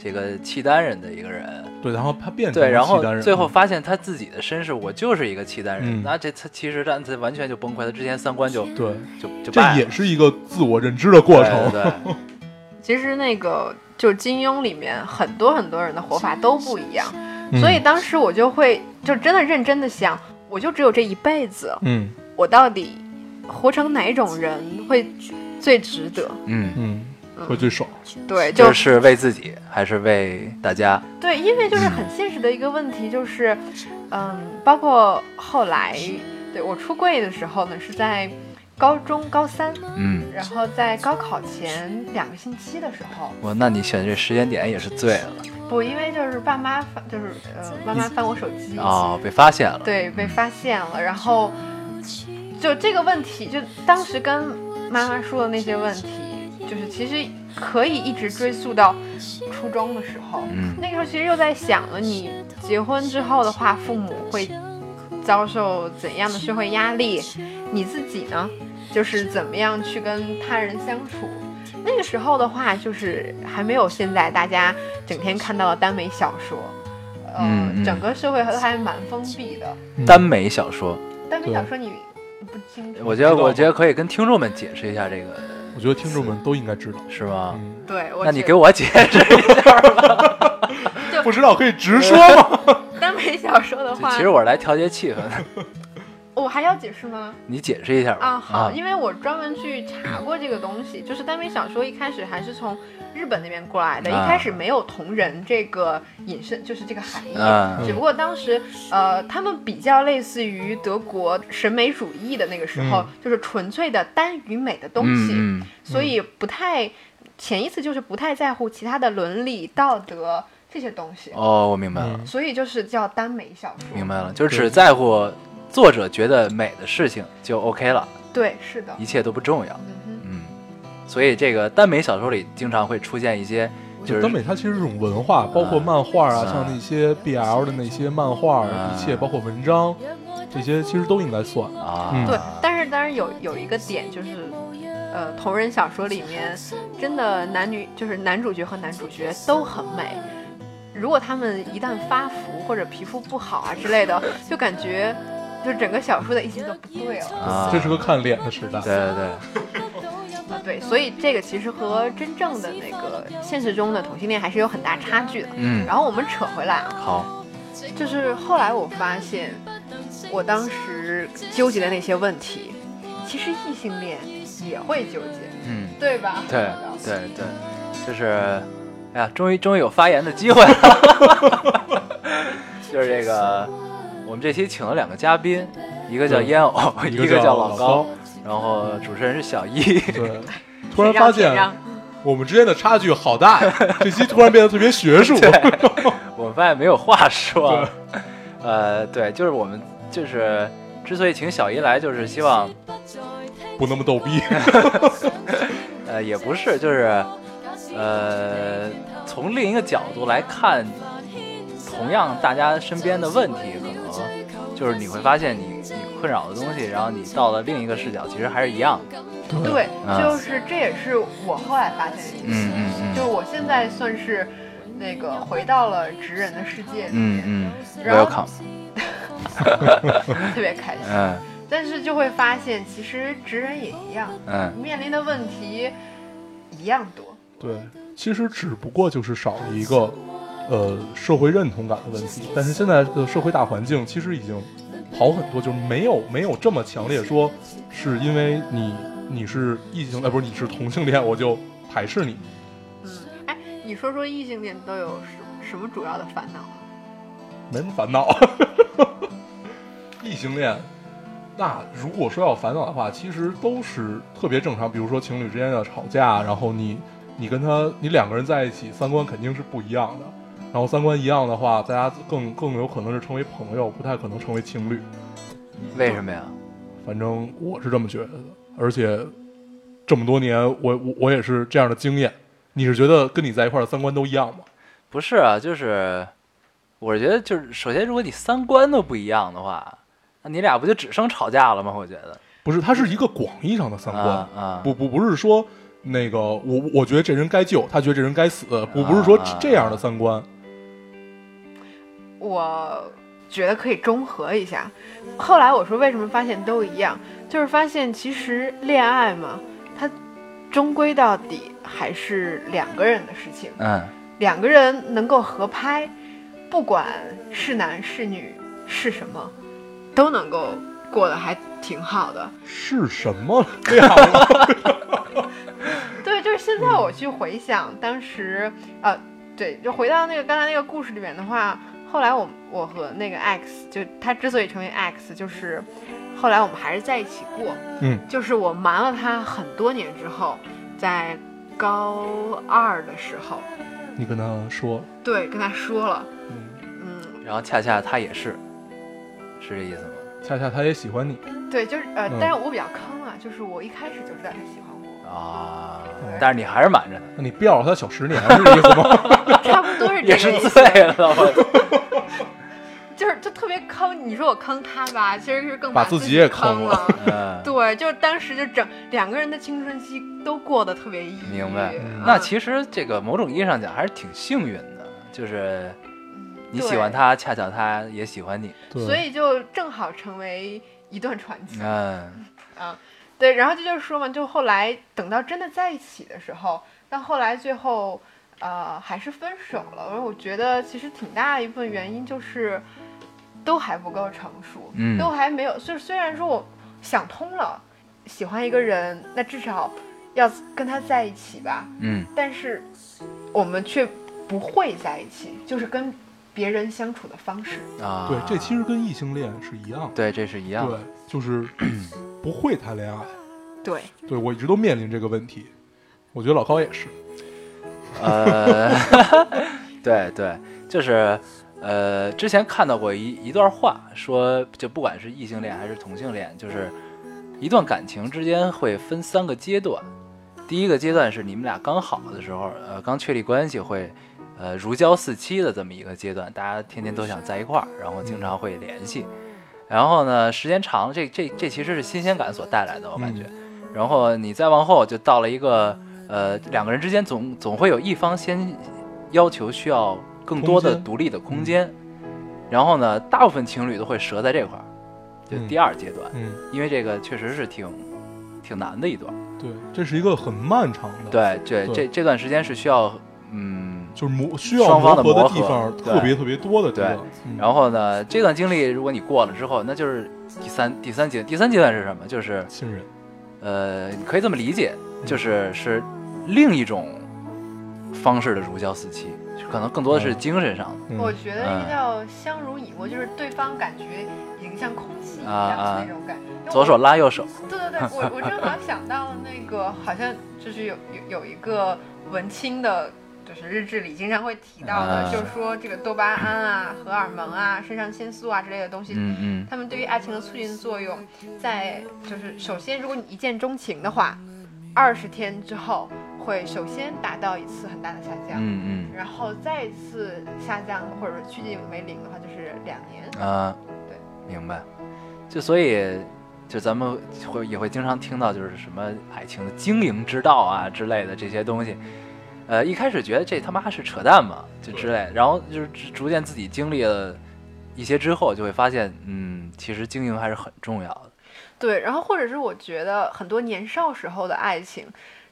Speaker 1: 这个契丹人的一个人，
Speaker 3: 对，然后他变成
Speaker 1: 对，
Speaker 3: 了
Speaker 1: 然
Speaker 3: 契
Speaker 1: 后
Speaker 3: 丹人，
Speaker 1: 最后发现他自己的身世，我就是一个契丹人，
Speaker 3: 嗯
Speaker 1: 那这他其实他他完全就崩溃，他之前三观就
Speaker 3: 对，
Speaker 1: 就就
Speaker 3: 这
Speaker 1: 败了
Speaker 3: 也是一个自我认知的过程。
Speaker 1: 对对 对
Speaker 4: 其实那个就金庸里面很多很多人的活法都不一样，
Speaker 3: 嗯
Speaker 4: 所以，当时我就会就真的认真的想，我就只有这一辈子，
Speaker 3: 嗯
Speaker 4: 我到底活成哪种人会最值得？
Speaker 1: 嗯，
Speaker 3: 嗯，会最爽。
Speaker 4: 对，就
Speaker 1: 就是为自己还是为大家？
Speaker 4: 对，因为就是很现实的一个问题，就是，嗯，包括后来，对我出柜的时候呢，是在高中高三，
Speaker 1: 嗯，
Speaker 4: 然后在高考前两个星期的时候，
Speaker 1: 我那你选这时间点也是醉了
Speaker 4: 不，因为就是爸妈翻，就是呃，妈妈翻我手机，
Speaker 1: 哦，被发现了。
Speaker 4: 对，被发现了，然后就这个问题，就当时跟妈妈说的那些问题，就是其实可以一直追溯到初中的时候。
Speaker 1: 嗯
Speaker 4: 那个时候其实又在想了，你结婚之后的话，父母会遭受怎样的社会压力？你自己呢，就是怎么样去跟他人相处？那个时候的话，就是还没有现在大家整天看到的耽美小说，呃，
Speaker 1: 嗯嗯
Speaker 4: 整个社会都还蛮封闭的。
Speaker 1: 耽美小说，
Speaker 4: 耽美小说你不清楚？
Speaker 1: 我觉得
Speaker 3: 知道
Speaker 1: 我觉得可以跟听众们解释一下这个，
Speaker 3: 我觉得听众们都应该知道。
Speaker 1: 是吗？
Speaker 3: 嗯，
Speaker 4: 对，我
Speaker 1: 那你
Speaker 4: 觉
Speaker 1: 给我解释一下吧。
Speaker 3: 不知道可以直说吗？
Speaker 4: 耽美小说的话，
Speaker 1: 其实我是来调节气氛的，
Speaker 4: 我还要解释吗？
Speaker 1: 你解释一下吧。
Speaker 4: 啊，好，因为我专门去查过这个东西，就是耽美小说一开始还是从日本那边过来的，
Speaker 1: 啊
Speaker 4: 一开始没有同人这个引申，就是这个含义。
Speaker 1: 嗯
Speaker 4: 只不过当时，呃，他们比较类似于德国审美主义的那个时候，
Speaker 3: 嗯
Speaker 4: 就是纯粹的单与美的东西，
Speaker 1: 嗯嗯
Speaker 4: 所以不太潜意识就是不太在乎其他的伦理道德这些东西，
Speaker 1: 哦，我明白了，
Speaker 3: 嗯
Speaker 4: 所以就是叫耽美小说。
Speaker 1: 明白了，就是
Speaker 3: 对
Speaker 1: 只在乎作者觉得美的事情就 OK 了，
Speaker 4: 对，是的。
Speaker 1: 一切都不重要。
Speaker 4: 嗯哼，
Speaker 1: 嗯，所以这个耽美小说里经常会出现一些，就
Speaker 3: 就是耽美它其实是一种文化，包括漫画啊，
Speaker 1: 啊
Speaker 3: 像那些 BL 的那些漫画，
Speaker 1: 啊
Speaker 3: 一切包括文章，这些其实都应该算。
Speaker 1: 啊，
Speaker 3: 嗯
Speaker 4: 对，但是当然有有一个点就是，呃，同人小说里面真的男女就是男主角和男主角都很美，如果他们一旦发福或者皮肤不好啊之类的，就感觉就整个小说的意境都不对了。
Speaker 1: 啊，
Speaker 3: 这是个看脸的时代。
Speaker 1: 对对对，
Speaker 4: 啊，对，所以这个其实和真正的那个现实中的同性恋还是有很大差距的。
Speaker 1: 嗯，
Speaker 4: 然后我们扯回来啊，
Speaker 1: 好，
Speaker 4: 就是后来我发现，我当时纠结的那些问题，其实异性恋也会纠结。
Speaker 1: 嗯，
Speaker 4: 对吧？
Speaker 1: 对对对，就是，哎呀，终于终于有发言的机会了， 就是这个，我们这期请了两个嘉宾，一个叫
Speaker 3: 对
Speaker 1: 烟偶，一
Speaker 3: 个
Speaker 1: 个
Speaker 3: 叫
Speaker 1: 老
Speaker 3: 老
Speaker 1: 高
Speaker 3: 高，
Speaker 1: 然后主持人是小易，
Speaker 3: 对，突
Speaker 4: 谁
Speaker 3: 然
Speaker 4: 让
Speaker 3: 发
Speaker 4: 谁让
Speaker 3: 现我们之间的差距好大呀！这期突然变得特别 学术。
Speaker 1: 我们发现没有话说
Speaker 3: 对。
Speaker 1: 呃，对，就是我们就是之所以请小姨来，就是希望
Speaker 3: 不那么逗逼，
Speaker 1: 呃也不是，就是呃从另一个角度来看，同样大家身边的问题，可能就是你会发现你你困扰的东西，然后你到了另一个视角，其实还是一样的。
Speaker 4: 对，
Speaker 1: 啊
Speaker 4: 就是这也是我后来发现的一个事
Speaker 1: 嗯
Speaker 4: 情，就是我现在算是那个回到了职人的世界里
Speaker 1: 嗯
Speaker 4: 面，
Speaker 1: 嗯
Speaker 4: 然后
Speaker 1: ，welcome，
Speaker 4: 特别开心。
Speaker 1: 嗯
Speaker 4: 但是就会发现，其实职人也一样，
Speaker 1: 嗯，
Speaker 4: 面临的问题一样多。
Speaker 3: 对，其实只不过就是少了一个呃社会认同感的问题。但是现在的社会大环境其实已经好很多，就是没有没有这么强烈说是因为你你是异性，哎，不是你是同性恋，我就排斥你。
Speaker 4: 嗯，哎，你说说异性恋都有什什么主要的烦恼啊？
Speaker 3: 没什么烦恼。 异性恋，那如果说要烦恼的话，其实都是特别正常。比如说情侣之间的吵架，然后你你跟他你两个人在一起，三观肯定是不一样的。然后三观一样的话，大家更更有可能是成为朋友，不太可能成为情侣。
Speaker 1: 为什么呀？
Speaker 3: 反正我是这么觉得的，而且这么多年，我我我也是这样的经验。你是觉得跟你在一块儿的三观都一样吗？
Speaker 1: 不是啊，就是我觉得就是首先，如果你三观都不一样的话，那你俩不就只剩吵架了吗？我觉得
Speaker 3: 不是，它是一个广义上的三观。
Speaker 1: 啊啊，
Speaker 3: 不不不是说那个我我觉得这人该救，他觉得这人该死，不
Speaker 1: 啊
Speaker 3: 不是说这这样的三观。
Speaker 4: 我觉得可以中和一下。后来我说为什么发现都一样，就是发现其实恋爱嘛，它终归到底还是两个人的事情，
Speaker 1: 嗯
Speaker 4: 两个人能够合拍，不管是男是女是什么，都能够过得还挺好的。
Speaker 3: 是什 么两个？
Speaker 1: 啊
Speaker 4: 对，就是现在我去回想当时，呃，对，就回到那个刚才那个故事里面的话，后来我我和那个 X 就他之所以成为 X，就是后来我们还是在一起过，
Speaker 3: 嗯，
Speaker 4: 就是我瞒了他很多年之后，在高二的时候，
Speaker 3: 你跟他说，
Speaker 4: 对，跟他说了，
Speaker 3: 嗯，
Speaker 4: 嗯，
Speaker 1: 然后恰恰他也是，是这意思吗？
Speaker 3: 恰恰他也喜欢你，
Speaker 4: 对，就是呃，
Speaker 3: 嗯
Speaker 4: 但是我比较坑啊，就是我一开始就知道他喜欢我，
Speaker 1: 啊，但是你还是瞒着
Speaker 3: 那你吊了他小十年是这意思吗？
Speaker 4: 差不多
Speaker 1: 他，
Speaker 4: 是
Speaker 1: 也
Speaker 4: 这
Speaker 1: 是
Speaker 4: 个意思。
Speaker 1: 醉了 吧。
Speaker 4: 就是就特别坑。你说我坑他吧，其实是更
Speaker 3: 把
Speaker 4: 自
Speaker 3: 自己也
Speaker 4: 坑
Speaker 3: 坑
Speaker 4: 了。
Speaker 1: 嗯，
Speaker 4: 对，就当时就整两个人的青春期都过得特别抑郁。
Speaker 1: 明白
Speaker 4: 嗯。
Speaker 1: 那其实这个某种意义上讲还是挺幸运的，就是你喜欢
Speaker 4: 对，
Speaker 1: 他，恰巧他也喜欢你。
Speaker 3: 对
Speaker 4: 所以就正好成为一段传奇。
Speaker 1: 嗯，
Speaker 4: 对，然后这就是说嘛，就后来等到真的在一起的时候，但后来最后呃还是分手了。而我觉得其实挺大一部分原因就是都还不够成熟，
Speaker 1: 嗯
Speaker 4: 都还没有。就是虽然说我想通了，喜欢一个人，那至少要跟他在一起吧，
Speaker 1: 嗯，
Speaker 4: 但是我们却不会在一起，就是跟别人相处的方式。
Speaker 1: 啊，
Speaker 3: 对，这其实跟异性恋是一样的。
Speaker 1: 对这是一样
Speaker 3: 对
Speaker 1: 的。，
Speaker 3: 就是不会谈恋爱。
Speaker 4: 对，
Speaker 3: 对我一直都面临这个问题，我觉得老高也是。
Speaker 1: 呃， 对对，就是呃，之前看到过一一段话，说就不管是异性恋还是同性恋，就是一段感情之间会分三个阶段。第一个阶段是你们俩刚好的时候，呃，刚确立关系会，呃，如胶似漆的这么一个阶段，大家天天都想在一块儿，然后经常会联系。然后呢，时间长了，这这这其实是新鲜感所带来的，我感觉。然后你再往后就到了一个呃，两个人之间总总会有一方先要求需要更多的
Speaker 3: 空间
Speaker 1: 独立的空间，嗯然后呢，大部分情侣都会折在这块儿，就
Speaker 3: 嗯
Speaker 1: 第二阶段，
Speaker 3: 嗯，
Speaker 1: 因为这个确实是挺挺难的一段。
Speaker 3: 对，这是一个很漫长的，，
Speaker 1: 对，这
Speaker 3: 对
Speaker 1: 这这段时间是需要嗯。
Speaker 3: 就是磨需要
Speaker 1: 双
Speaker 3: 磨
Speaker 1: 方的
Speaker 3: 合
Speaker 1: 磨
Speaker 3: 地
Speaker 1: 合
Speaker 3: 方
Speaker 1: 对
Speaker 3: 特别特别多的地
Speaker 1: 对
Speaker 3: 方。嗯
Speaker 1: 然后呢，这段经历如果你过了之后，那就是第三第三阶第三阶段是什么？就是
Speaker 3: 信任，
Speaker 1: 呃，你可以这么理解，就是是另一种方式的如胶似漆，可能更多的是精神上的。
Speaker 3: 嗯
Speaker 4: 我觉得
Speaker 1: 嗯
Speaker 4: 这叫相濡以沫，就是对方感觉已经像空气一
Speaker 1: 啊
Speaker 4: 样
Speaker 1: 啊
Speaker 4: 的那种感觉。因为
Speaker 1: 左
Speaker 4: 我
Speaker 1: 手拉右手，
Speaker 4: 对对对，我我正好想到了那个，好像就是有有有一个文青的，就是日志里经常会提到的，
Speaker 1: 啊
Speaker 4: 就是说这个多巴胺啊、荷尔蒙啊、肾上腺素啊之类的东西。
Speaker 1: 嗯嗯
Speaker 4: 它们对于爱情的促进作用，在就是首先，如果你一见钟情的话，二十天之后会首先达到一次很大的下降，
Speaker 1: 嗯
Speaker 4: 然后再一次下降或者趋近为零的话，就是两年。
Speaker 1: 嗯，啊，
Speaker 4: 对，
Speaker 1: 明白。就所以，就咱们会也会经常听到，就是什么爱情的经营之道啊之类的这些东西。呃，一开始觉得这他妈是扯淡嘛，就之类，然后就是逐逐渐自己经历了一些之后，就会发现，嗯，其实经营还是很重要的。
Speaker 4: 对，然后或者是我觉得很多年少时候的爱情，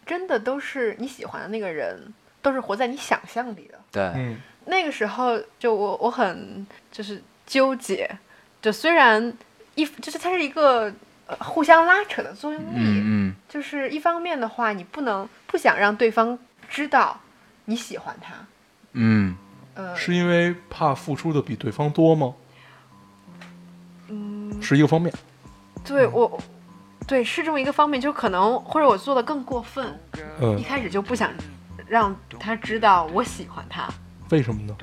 Speaker 4: 真的都是你喜欢的那个人，都是活在你想象里的。
Speaker 1: 对，
Speaker 3: 嗯，
Speaker 4: 那个时候就我我很就是纠结，就虽然一就是它是一个、呃互相拉扯的作用力，
Speaker 1: 嗯。嗯
Speaker 4: 就是一方面的话，你不能不想让对方知道你喜欢他，
Speaker 1: 嗯，
Speaker 4: 呃，
Speaker 3: 是因为怕付出的比对方多吗？嗯，是一个方面。
Speaker 4: 对我。对，是这么一个方面，就可能或者我做的更过分，一
Speaker 3: 嗯，
Speaker 4: 开始就不想让他知道我喜欢他，
Speaker 3: 为什么呢？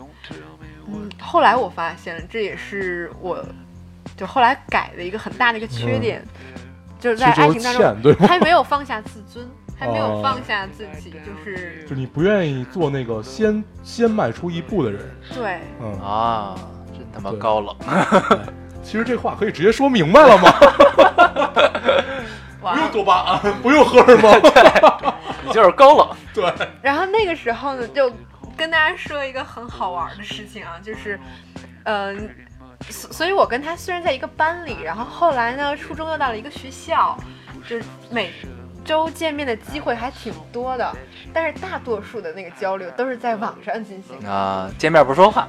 Speaker 4: 嗯，后来我发现了，这也是我就后来改的一个很大的一个缺点，就是在
Speaker 3: 嗯其实
Speaker 4: 爱
Speaker 3: 就是
Speaker 4: 情当中
Speaker 3: 欠对吗
Speaker 4: 还没有放下自尊，还没有
Speaker 3: 哦
Speaker 4: 放下自己，就是
Speaker 3: 就是你不愿意做那个先先迈出一步的人。
Speaker 4: 对，
Speaker 3: 嗯，
Speaker 1: 啊，真他妈
Speaker 3: 对
Speaker 1: 高冷。
Speaker 3: 其实这话可以直接说明白 了吗？
Speaker 4: 哇
Speaker 3: 不。用多巴胺， 不用荷尔蒙。
Speaker 1: 你就是高冷。
Speaker 3: 对，
Speaker 4: 然后那个时候呢，就跟大家说一个很好玩的事情啊，就是，嗯、所所以我跟他虽然在一个班里，然后后来呢，初中又到了一个学校，就是每周见面的机会还挺多的，但是大多数的那个交流都是在网上进行的，
Speaker 1: 啊，见面不说话。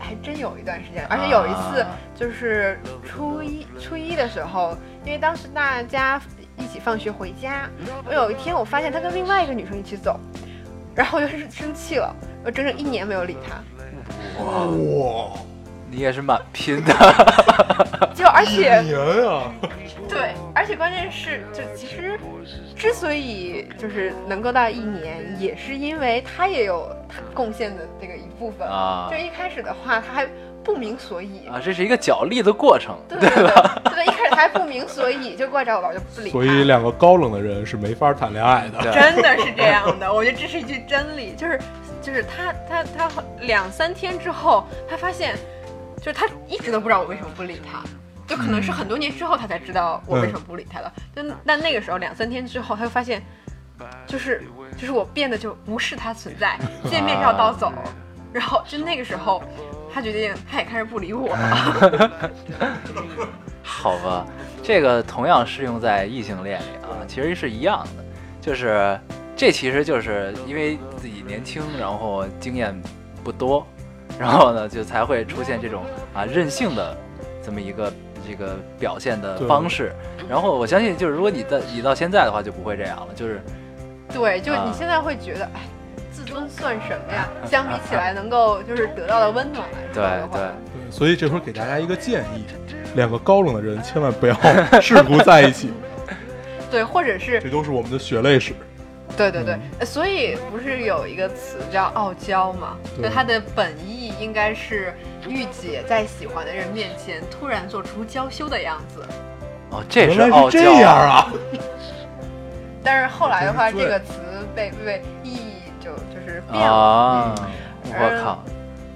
Speaker 4: 还真有一段时间，而且有一次
Speaker 1: 啊
Speaker 4: 就是初一初一的时候，因为当时大家一起放学回家，我有一天我发现他跟另外一个女生一起走，然后我就是生气了，我整整一年没有理 他，
Speaker 3: 哇，
Speaker 1: 你也是蛮拼的。
Speaker 4: 就而
Speaker 3: 一
Speaker 4: 且
Speaker 3: 年啊，
Speaker 4: 对，而且关键是就其实之所以就是能够到一年，也是因为他也有他贡献的这个一部 分
Speaker 1: 啊
Speaker 4: 就一开始的话，他还不明所以。
Speaker 1: 啊，这是一个角力的过程。
Speaker 4: 对对对，对一开始他还不明所以，就过来找我，我就不理他。
Speaker 3: 所以两个高冷的人是没法谈恋爱的。
Speaker 1: 对
Speaker 4: 真的是这样的，我觉得这是一句真理，就是就是他他他两三天之后，他发现，就是他一直都不知道我为什么不理他，就可
Speaker 3: 嗯
Speaker 4: 能是很多年之后他才知道我为什么不理他的，但但那个时候两三天之后，他就发现，就是就是我变得就无视他存在，见面绕道走，
Speaker 3: 嗯
Speaker 4: 然后就那个时候，他决定他也开始不理我了，
Speaker 1: 好吧，这个同样适用在异性恋里啊，其实是一样的，就是这其实就是因为自己年轻，然后经验不多，然后呢就才会出现这种啊任性的这么一个这个表现的
Speaker 3: 对
Speaker 1: 方式。然后我相信，就是如果你的你到现在的话，就不会这样了，就是
Speaker 4: 对，就
Speaker 1: 啊
Speaker 4: 你现在会觉得，哎，自尊算什 么呀？相比起来，能够就是得到的温暖来说
Speaker 1: 对
Speaker 4: 的话，
Speaker 1: 对。
Speaker 3: 对所以这会儿给大家一个建 议：两个高冷的人千万不要 试图在一起，
Speaker 4: 对，或者是
Speaker 3: 这都是我们的血泪史。
Speaker 4: 对
Speaker 1: 嗯
Speaker 4: 对对，呃所以不是有一个词叫傲娇嘛？
Speaker 3: 对
Speaker 4: 就它的本意应该是御姐在喜欢的人面前突然做出娇羞的样子，
Speaker 1: 哦，这
Speaker 3: 原
Speaker 1: 是
Speaker 3: 来
Speaker 1: 傲
Speaker 3: 是
Speaker 1: 娇
Speaker 3: 这样！啊！
Speaker 4: 但是后来的话，
Speaker 3: 对
Speaker 4: 这个词被被意义就就是变了。
Speaker 1: 啊，我
Speaker 4: 嗯
Speaker 1: 靠，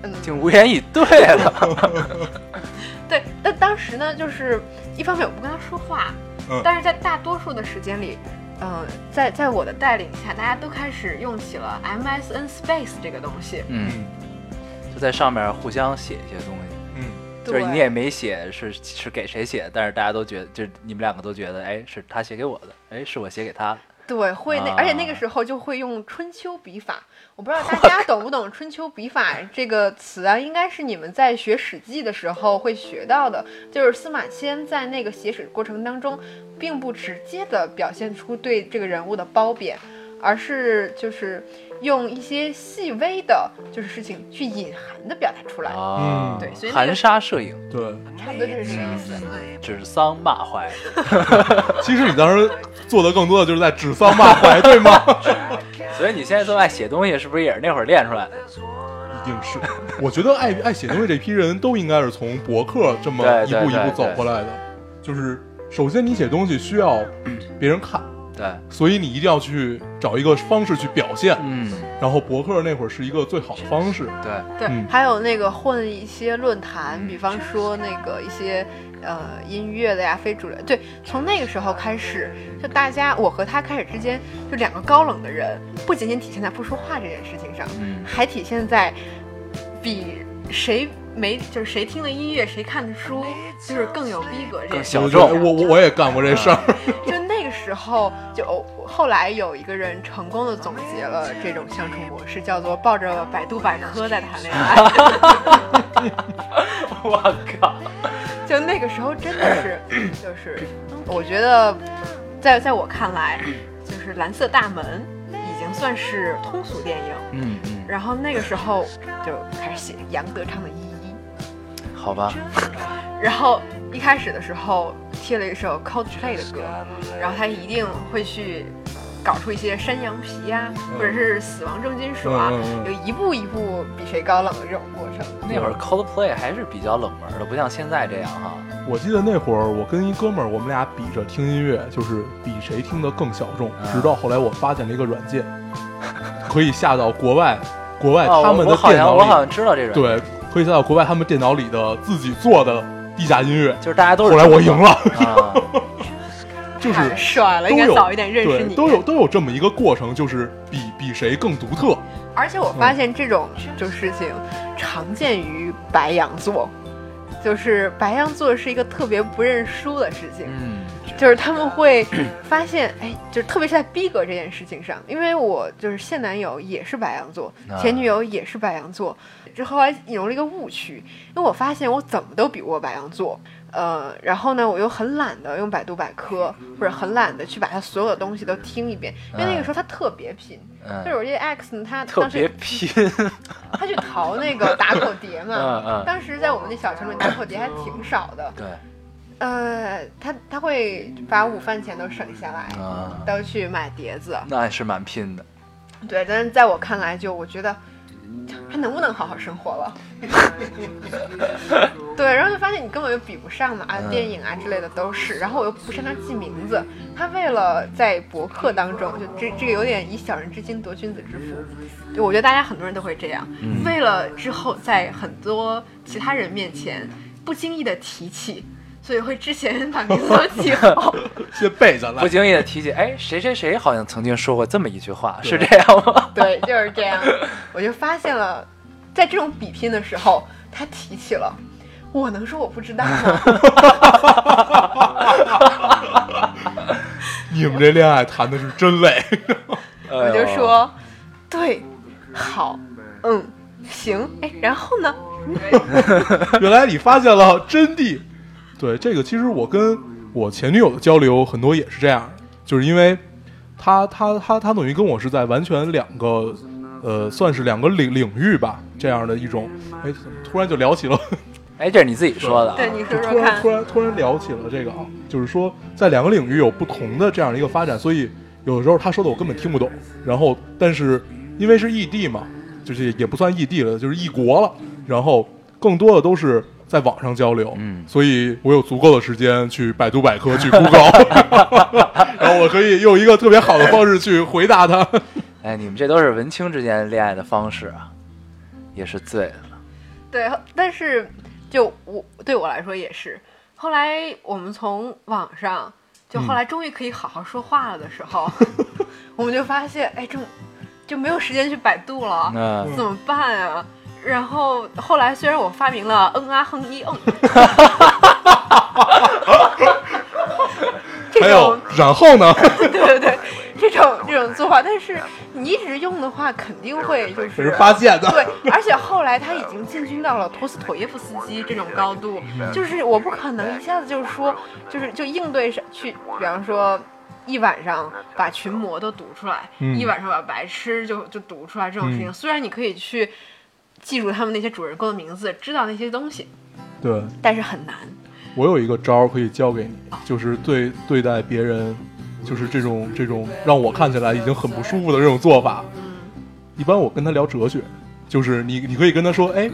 Speaker 4: 嗯，
Speaker 1: 竟无言以对了。
Speaker 4: 对。但当时呢，就是一方面我不跟他说话，
Speaker 3: 嗯
Speaker 4: 但是在大多数的时间里。嗯，在在我的带领下，大家都开始用起了 MSN Space 这个东西。
Speaker 1: 嗯，
Speaker 3: 嗯
Speaker 1: 就在上面互相写一些东西。
Speaker 3: 嗯，
Speaker 1: 就是你
Speaker 4: 对
Speaker 1: 也没写是是给谁写的，但是大家都觉得，就是你们两个都觉得，哎，是他写给我的，哎，是我写给他的。
Speaker 4: 对，会那，
Speaker 1: 啊
Speaker 4: 而且那个时候就会用春秋笔法。我不知道大家懂不懂春秋笔法这个词啊？应该是你们在学《史记》的时候会学到的。就是司马迁在那个写史过程当中，并不直接的表现出对这个人物的褒贬，而是就是用一些细微的，就是事情去隐含的表达出来。
Speaker 1: 啊，
Speaker 3: 嗯
Speaker 4: 对所以那个
Speaker 1: 含沙射影，
Speaker 3: 对。
Speaker 4: 差不多就是这个意思。嗯
Speaker 1: 指桑骂槐。
Speaker 3: 其实你当时做的更多的就是在指桑骂槐，对吗？
Speaker 1: 所以你现在这么爱写东西，是不是也是那会儿练出来的？
Speaker 3: 一定是。 我觉得爱爱写东西这批人都应该是从博客这么
Speaker 1: 对
Speaker 3: 一
Speaker 1: 对
Speaker 3: 步一步
Speaker 1: 对
Speaker 3: 走
Speaker 1: 对
Speaker 3: 过来的，就是首先你写东西需要别人看，
Speaker 1: 对，
Speaker 3: 所以你一定要去找一个方式去表现。
Speaker 1: 嗯，
Speaker 3: 然后博客那会儿是一个最好的方式，
Speaker 1: 对，
Speaker 4: 对，
Speaker 3: 嗯
Speaker 4: 还有那个混一些论坛，比方说那个一些呃音乐的呀、非主流。对，从那个时候开始，就大家我和他开始之间，就两个高冷的人，不仅仅体现在不说话这件事情上，
Speaker 1: 嗯，
Speaker 4: 还体现在比谁没就是谁听的音乐、谁看的书，就是更有逼格这件
Speaker 1: 更
Speaker 4: 事
Speaker 1: 小
Speaker 3: 我
Speaker 1: 众
Speaker 3: 我我我也干过这事儿，
Speaker 4: 就那个时候，就哦后来有一个人成功的总结了这种相处模式，叫做抱着百度百科在谈恋爱。
Speaker 1: 我靠，
Speaker 4: 就那个时候真的是，就是 我觉得在在我看来，就是《蓝色大门》已经算是通俗电影。
Speaker 1: 嗯嗯，
Speaker 4: 然后那个时候就开始写杨德昌的《一一
Speaker 1: 好吧，》，
Speaker 4: 然后一开始的时候贴了一首 Coldplay 的歌，然后他一定会去。搞出一些山羊皮呀、或者是死亡重金属啊，
Speaker 3: 嗯嗯嗯
Speaker 4: 有一步一步比谁高冷的这种过程。
Speaker 1: 那会儿 Coldplay 还是比较冷门的，不像现在这样哈。
Speaker 3: 我记得那会儿，我跟一哥们儿，我们俩比着听音乐，就是比谁听得更小众。
Speaker 1: 啊
Speaker 3: 直到后来我发现了一个软件，可以下到国外，国外
Speaker 1: 啊，
Speaker 3: 哎他
Speaker 1: 我
Speaker 3: 们
Speaker 1: 我
Speaker 3: 的
Speaker 1: 好
Speaker 3: 电
Speaker 1: 像我好
Speaker 3: 脑里，
Speaker 1: 像知道这种，，
Speaker 3: 对，可以下到国外他们电脑里的自己做的地下音乐。
Speaker 1: 就是大家都是
Speaker 3: 后来我赢了，
Speaker 1: 啊，
Speaker 3: 就是
Speaker 4: 太帅了，应
Speaker 3: 都
Speaker 4: 该
Speaker 3: 有
Speaker 4: 早一点认识
Speaker 3: 对
Speaker 4: 你。
Speaker 3: 都有都有这么一个过程，就是比比谁更独特。
Speaker 4: 而且我发现这种
Speaker 1: 嗯
Speaker 4: 就事情常见于白羊座，就是白羊座是一个特别不认输的事情，
Speaker 1: 嗯，
Speaker 4: 就是他们会发现，哎，就是特别是在逼格这件事情上，因为我就是现男友也是白羊座
Speaker 1: 啊，
Speaker 4: 前女友也是白羊座，之后还引入了一个误区，因为我发现我怎么都比不过白羊座。呃，然后呢，我又很懒得用百度百科，或者很懒得去把他所有的东西都听一遍，因为那个时候他特别拼，
Speaker 1: 嗯
Speaker 4: 就是我这 X 呢，他
Speaker 1: 特
Speaker 4: 当
Speaker 1: 别
Speaker 4: 时
Speaker 1: 拼，
Speaker 4: 他去淘那个打火碟
Speaker 1: 嗯
Speaker 4: 嘛
Speaker 1: 嗯。
Speaker 4: 当时在我们那小城里，打火碟还挺少的。
Speaker 1: 对，
Speaker 4: 呃，他他会把午饭钱都省下来，
Speaker 1: 啊，
Speaker 4: 都去买碟子。
Speaker 1: 那是蛮拼的。
Speaker 4: 对，但是在我看来，就我觉得还能不能好好生活了？ 对，然后就发现你根本就比不上嘛，啊，
Speaker 1: 嗯
Speaker 4: 电影啊之类的都是。然后我又不擅长记名字，他为了在博客当中，就这这个有点以小人之心夺君子之腹。就我觉得大家很多人都会这样，
Speaker 1: 嗯
Speaker 4: 为了之后在很多其他人面前不经意的提起，所以会之前把名字都记好。
Speaker 3: 先背下来
Speaker 1: 不。经意的提起，哎，谁谁谁好像曾经说过这么一句话，是这样 吗？
Speaker 4: 对，就是这样。我就发现了，在这种比拼的时候，他提起了，我能说我不知道吗？
Speaker 3: 你们这恋爱谈的是真累，
Speaker 1: 我
Speaker 4: 我就，说，对，好，嗯，行，哎，然后呢？
Speaker 3: 原来你发现了真谛。对这个，其实我跟我前女友的交流很多也是这样，就是因为她她她她等于跟我是在完全两个呃，算是两个领领域吧，这样的一种。哎，怎么突然就聊起了，
Speaker 1: 哎，这是你自己说的啊，
Speaker 4: 对，你
Speaker 3: 就
Speaker 4: 说
Speaker 3: 突
Speaker 4: 说
Speaker 3: 然
Speaker 4: 看
Speaker 3: 突。然突然聊起了这个啊，就是说在两个领域有不同的这样一个发展，所以有的时候她说的我根本听不懂。然后，但是因为是异地嘛，就是也不算异地了，就是异国了。然后更多的都是在网上交流，
Speaker 1: 嗯
Speaker 3: 所以我有足够的时间去百度百科，去 Google，然后我可以用一个特别好的方式去回答 他。
Speaker 1: 哎，你们这都是文青之间恋爱的方式啊，也是醉了。
Speaker 4: 对，但是就我对我来说也是。后来我们从网上，就后来终于可以好好说话了的时候，我们就发现，哎，这就没有时间去百度了。
Speaker 1: 那
Speaker 3: 嗯
Speaker 4: 怎么办啊？然后后来虽然我发明了嗯啊哼 一嗯，这
Speaker 3: 还有
Speaker 4: 种，
Speaker 3: 然后呢？
Speaker 4: 对对对，这种这种做法，但是你一直用的话，肯定会就
Speaker 3: 这是
Speaker 4: 是。
Speaker 3: 发现的。
Speaker 4: 对，而且后来他已经进军到了托斯妥耶夫斯基这种高度，就是我不可能一下子就是说，就是就应对上去，比方说一晚上把群魔都读出来，
Speaker 3: 嗯
Speaker 4: 一晚上把白痴就就读出来这种事情。
Speaker 3: 嗯
Speaker 4: 虽然你可以去记住他们那些主人公的名字，知道那些东西，
Speaker 3: 对，
Speaker 4: 但是很难。
Speaker 3: 我有一个招儿可以教给你，就是对对待别人，就是这种这种让我看起来已经很不舒服的这种做法。一般我跟他聊哲学，就是你你可以跟他说，哎，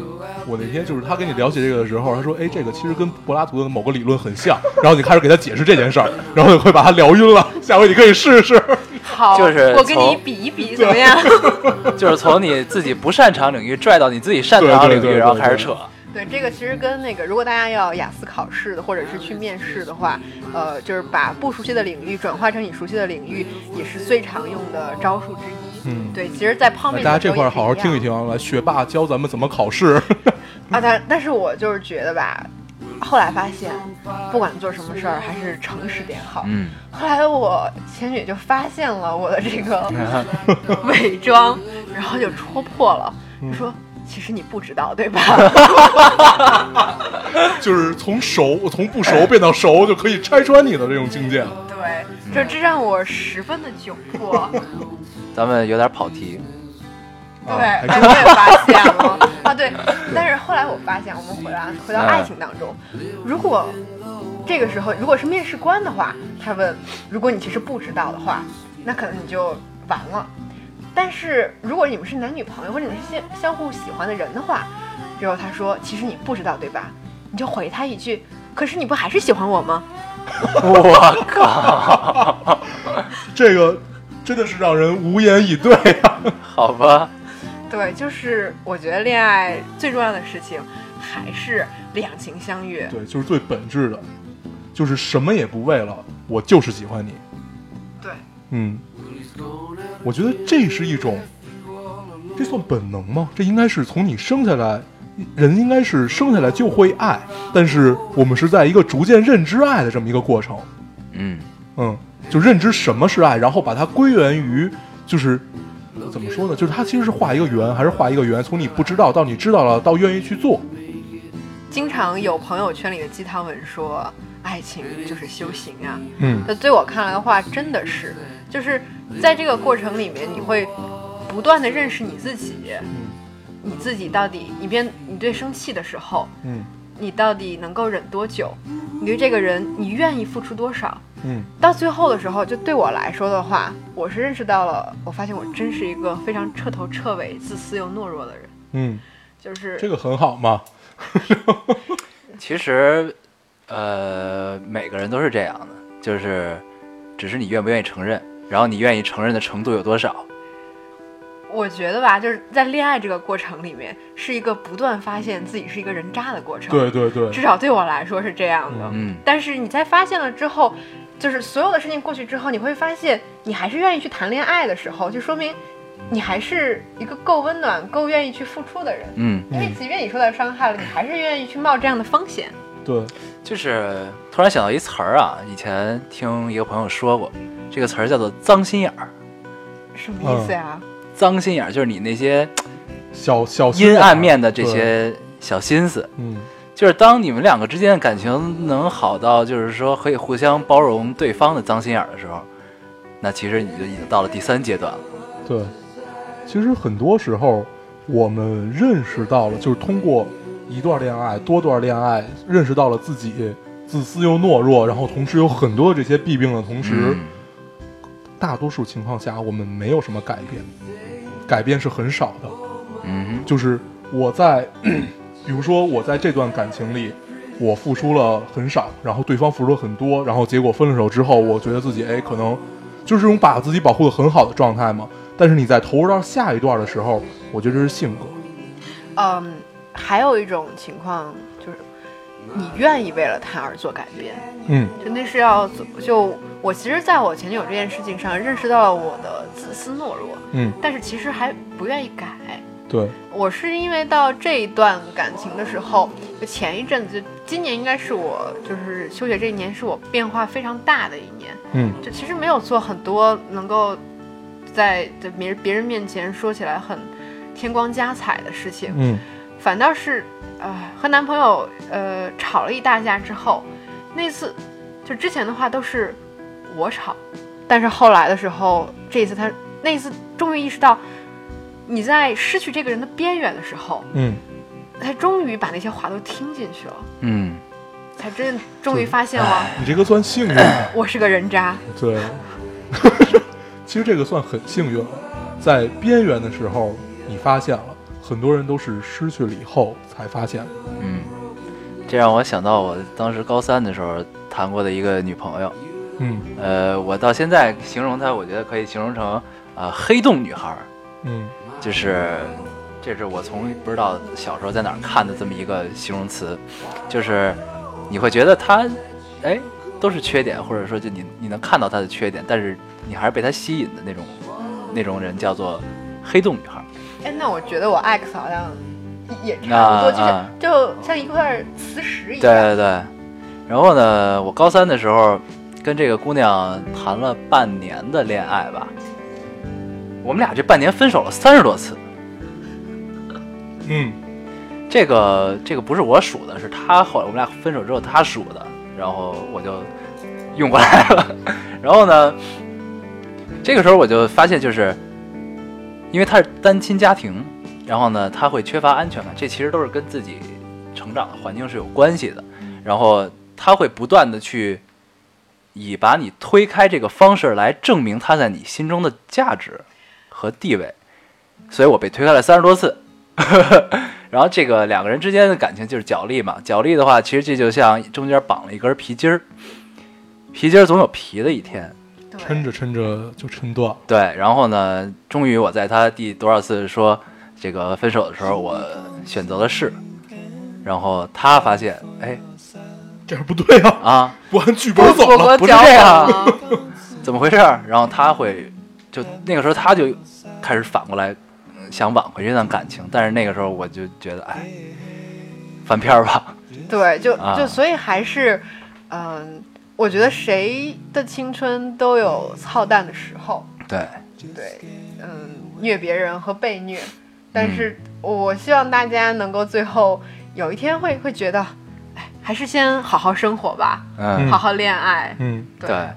Speaker 3: 我那天就是他跟你聊起这个的时候，他说，哎，这个其实跟柏拉图的某个理论很像，然后你开始给他解释这件 事儿，然后你会把他聊晕了。下回你可以试试。
Speaker 4: 好，
Speaker 1: 就是
Speaker 4: 我跟你
Speaker 1: 从
Speaker 4: 比一比怎么样？
Speaker 1: 就是从你自己不擅长领域拽到你自己擅长领
Speaker 3: 对对对
Speaker 1: 域，
Speaker 3: 对
Speaker 1: 然后开始扯。
Speaker 4: 对，这个其实跟那个，如果大家要雅思考试的，或者是去面试的话，呃，就是把不熟悉的领域转化成你熟悉的领域，也是最常用的招数之一。
Speaker 3: 嗯
Speaker 4: 对，其实，在泡面
Speaker 3: 大家这块儿好好听一听啊，来，学霸教咱们怎么考试。
Speaker 4: 啊，但但是我就是觉得吧，后来发现，不管做什么事儿，还是诚实点好。
Speaker 1: 嗯，
Speaker 4: 后来我前女友就发现了我的这 个伪装，然后就戳破了，
Speaker 3: 嗯
Speaker 4: 说其实你不知道对吧？
Speaker 3: 就是从熟从不熟变到熟，就可以拆穿你的这种境界。
Speaker 4: 对，
Speaker 3: 嗯
Speaker 4: 这这让我十分的窘 迫。
Speaker 1: 咱们有点跑题。
Speaker 4: 对，
Speaker 3: 啊还
Speaker 4: 哎，
Speaker 3: 真
Speaker 4: 我也发现 了啊，对，但是后来我发现，我们回
Speaker 3: 嗯
Speaker 4: 来回到爱情当中，如果这个时候如果是面试官的话，他问，如果你其实不知道的话，那可能你就完了。但是如果你们是男女朋友，或者你们是相相互喜欢的人的话，之后他说，其实你不知道对吧？你就回他一句，可是你不还是喜欢我吗？
Speaker 1: 我靠，
Speaker 3: 这个真的是让人无言以对啊！
Speaker 1: 好吧，
Speaker 4: 对，就是我觉得恋爱最重要的事情还是两情相悦。
Speaker 3: 对，就是最本质的，就是什么也不为了，我就是喜欢你。
Speaker 4: 对，
Speaker 3: 嗯，我觉得这是一种，这算本能吗？这应该是从你生下来，人应该是生下来就会爱，但是我们是在一个逐渐认知爱的这么一个过程。
Speaker 1: 嗯，
Speaker 3: 嗯，就认知什么是爱，然后把它归源于，就是怎么说呢？就是它其实是画一个圆，还是画一个圆，从你不知道到你知道了，到愿意去做。
Speaker 4: 经常有朋友圈里的鸡汤文说，爱情就是修行啊。
Speaker 3: 嗯
Speaker 4: 那对我看来的话，真的是，就是在这个过程里面，你会不断的认识你自己，你自己到底，你变，你对生气的时候，
Speaker 3: 嗯
Speaker 4: 你到底能够忍多久？你对这个人，你愿意付出多少？
Speaker 3: 嗯
Speaker 4: 到最后的时候，就对我来说的话，我是认识到了，我发现我真是一个非常彻头彻尾自私又懦弱的人，
Speaker 3: 嗯，
Speaker 4: 就是
Speaker 3: 这个很好嘛，
Speaker 1: 其实，呃，每个人都是这样的，就是只是你愿不愿意承认，然后你愿意承认的程度有多少。
Speaker 4: 我觉得吧，就是在恋爱这个过程里面，是一个不断发现自己是一个人渣的过程。，
Speaker 3: 对对对，
Speaker 4: 至少对我来说是这样的。
Speaker 1: 嗯，
Speaker 4: 但是你在发现了之后，就是所有的事情过去之后，你会发现你还是愿意去谈恋爱的时候，就说明你还是一个够温暖、够愿意去付出的人。
Speaker 1: 嗯，
Speaker 4: 因为
Speaker 3: 嗯
Speaker 4: 即便你受到伤害了，你还是愿意去冒这样的风险。
Speaker 3: 对，
Speaker 1: 就是突然想到一词儿啊，以前听一个朋友说过，这个词儿叫做“脏心眼儿
Speaker 4: 什么意
Speaker 3: 嗯
Speaker 4: 思呀？”。
Speaker 1: 脏心眼儿就是你那些
Speaker 3: 小小哦心
Speaker 1: 阴
Speaker 3: 眼儿
Speaker 1: 暗面的这，
Speaker 3: 对
Speaker 1: 些小心思，
Speaker 3: 嗯
Speaker 1: 就是当你们两个之间的感情能好到，就是说可以互相包容对方的脏心眼儿的时候，那其实你就已经到了第三阶段了。
Speaker 3: 对，其实很多时候我们认识到了，就是通过一段恋爱、多段恋爱，认识到了自己自私又懦弱，然后同时有很多这些弊病的同时，
Speaker 1: 嗯
Speaker 3: 大多数情况下我们没有什么改变，改变是很少的。
Speaker 1: 嗯
Speaker 3: 就是我在， 比如说我在这段感情里，我付出了很少，然后对方付出了很多，然后结果分了手之后，我觉得自己哎可能就是这种把自己保护的很好的状态嘛。但是你在投入到下一段的时候，我觉得这是性格，
Speaker 4: 嗯，还有一种情况就是，你愿意为了他而做改变。
Speaker 3: 嗯
Speaker 4: 真的是要走就我其实在我前女友这件事情上认识到了我的自私懦弱，
Speaker 3: 嗯，
Speaker 4: 但是其实还不愿意改。
Speaker 3: 对，
Speaker 4: 我是因为到这一段感情的时候，就前一阵子，就今年应该是我就是休学这一年，是我变化非常大的一年。
Speaker 3: 嗯
Speaker 4: 就其实没有做很多能够在在别人别人面前说起来很天光加彩的事情，
Speaker 3: 嗯
Speaker 4: 反倒是呃和男朋友呃吵了一大架之后，那次就之前的话都是我吵，但是后来的时候，这一次他那一次终于意识到你在失去这个人的边缘的时候，
Speaker 3: 嗯，
Speaker 4: 他终于把那些话都听进去了，
Speaker 1: 嗯，
Speaker 4: 才真终于发现了
Speaker 3: 你这个算幸运吗？
Speaker 4: 我是个人渣。
Speaker 3: 对， 其实这个算很幸运了，在边缘的时候你发现了，很多人都是失去了以后才发现的，
Speaker 1: 嗯，这让我想到我当时高三的时候谈过的一个女朋友，
Speaker 3: 嗯
Speaker 1: 呃，我到现在形容她，我觉得可以形容成啊、呃黑洞女孩儿，
Speaker 3: 嗯
Speaker 1: 就是这是我从不知道小时候在哪儿看的这么一个形容词，就是你会觉得她，哎，都是缺点，或者说就你你能看到她的缺点，但是你还是被她吸引的那种那种人叫做黑洞女孩儿。
Speaker 4: 哎，那我觉得我 X 好像也差不
Speaker 1: 啊
Speaker 4: 多，
Speaker 1: 啊
Speaker 4: 就是就像一块磁石一
Speaker 1: 对
Speaker 4: 样。
Speaker 1: 对对，然后呢，我高三的时候跟这个姑娘谈了半年的恋爱吧，我们俩这半年分手了三十多次。
Speaker 3: 嗯
Speaker 1: 这个这个不是我数的，是他后来我们俩分手之后他数的，然后我就用过来了。 然后呢，这个时候我就发现，就是因为他是单亲家庭，然后呢他会缺乏安全感，这其实都是跟自己成长的环境是有关系的。然后他会不断的去以把你推开这个方式来证明他在你心中的价值和地位，所以我被推开了三十多次。然后这个两个人之间的感情就是角力嘛，角力的话，其实这就像中间绑了一根皮筋儿，皮筋儿总有皮的一天。
Speaker 4: 对
Speaker 3: 抻着抻着就抻断了。
Speaker 1: 对，然后呢，终于我在他第多少次说这个分手的时候，我选择了是，然后他发现，哎
Speaker 3: 这样不对 啊！
Speaker 1: 啊，
Speaker 3: 不按剧本走了。
Speaker 1: 不是哦这样，啊 怎么回事儿？然后他会就那个时候他就开始反过来嗯想挽回这段感情，但是那个时候我就觉得，哎，翻篇儿吧，
Speaker 4: 对，就
Speaker 1: 啊
Speaker 4: 就所以还是，嗯，我觉得谁的青春都有操蛋的时候，
Speaker 1: 对，
Speaker 4: 对，嗯，虐别人和被虐，
Speaker 1: 嗯
Speaker 4: 但是我希望大家能够最后有一天会会觉得，哎，还是先好好生活吧，
Speaker 1: 嗯
Speaker 4: 好好恋爱，
Speaker 3: 嗯，
Speaker 4: 对，
Speaker 1: 对，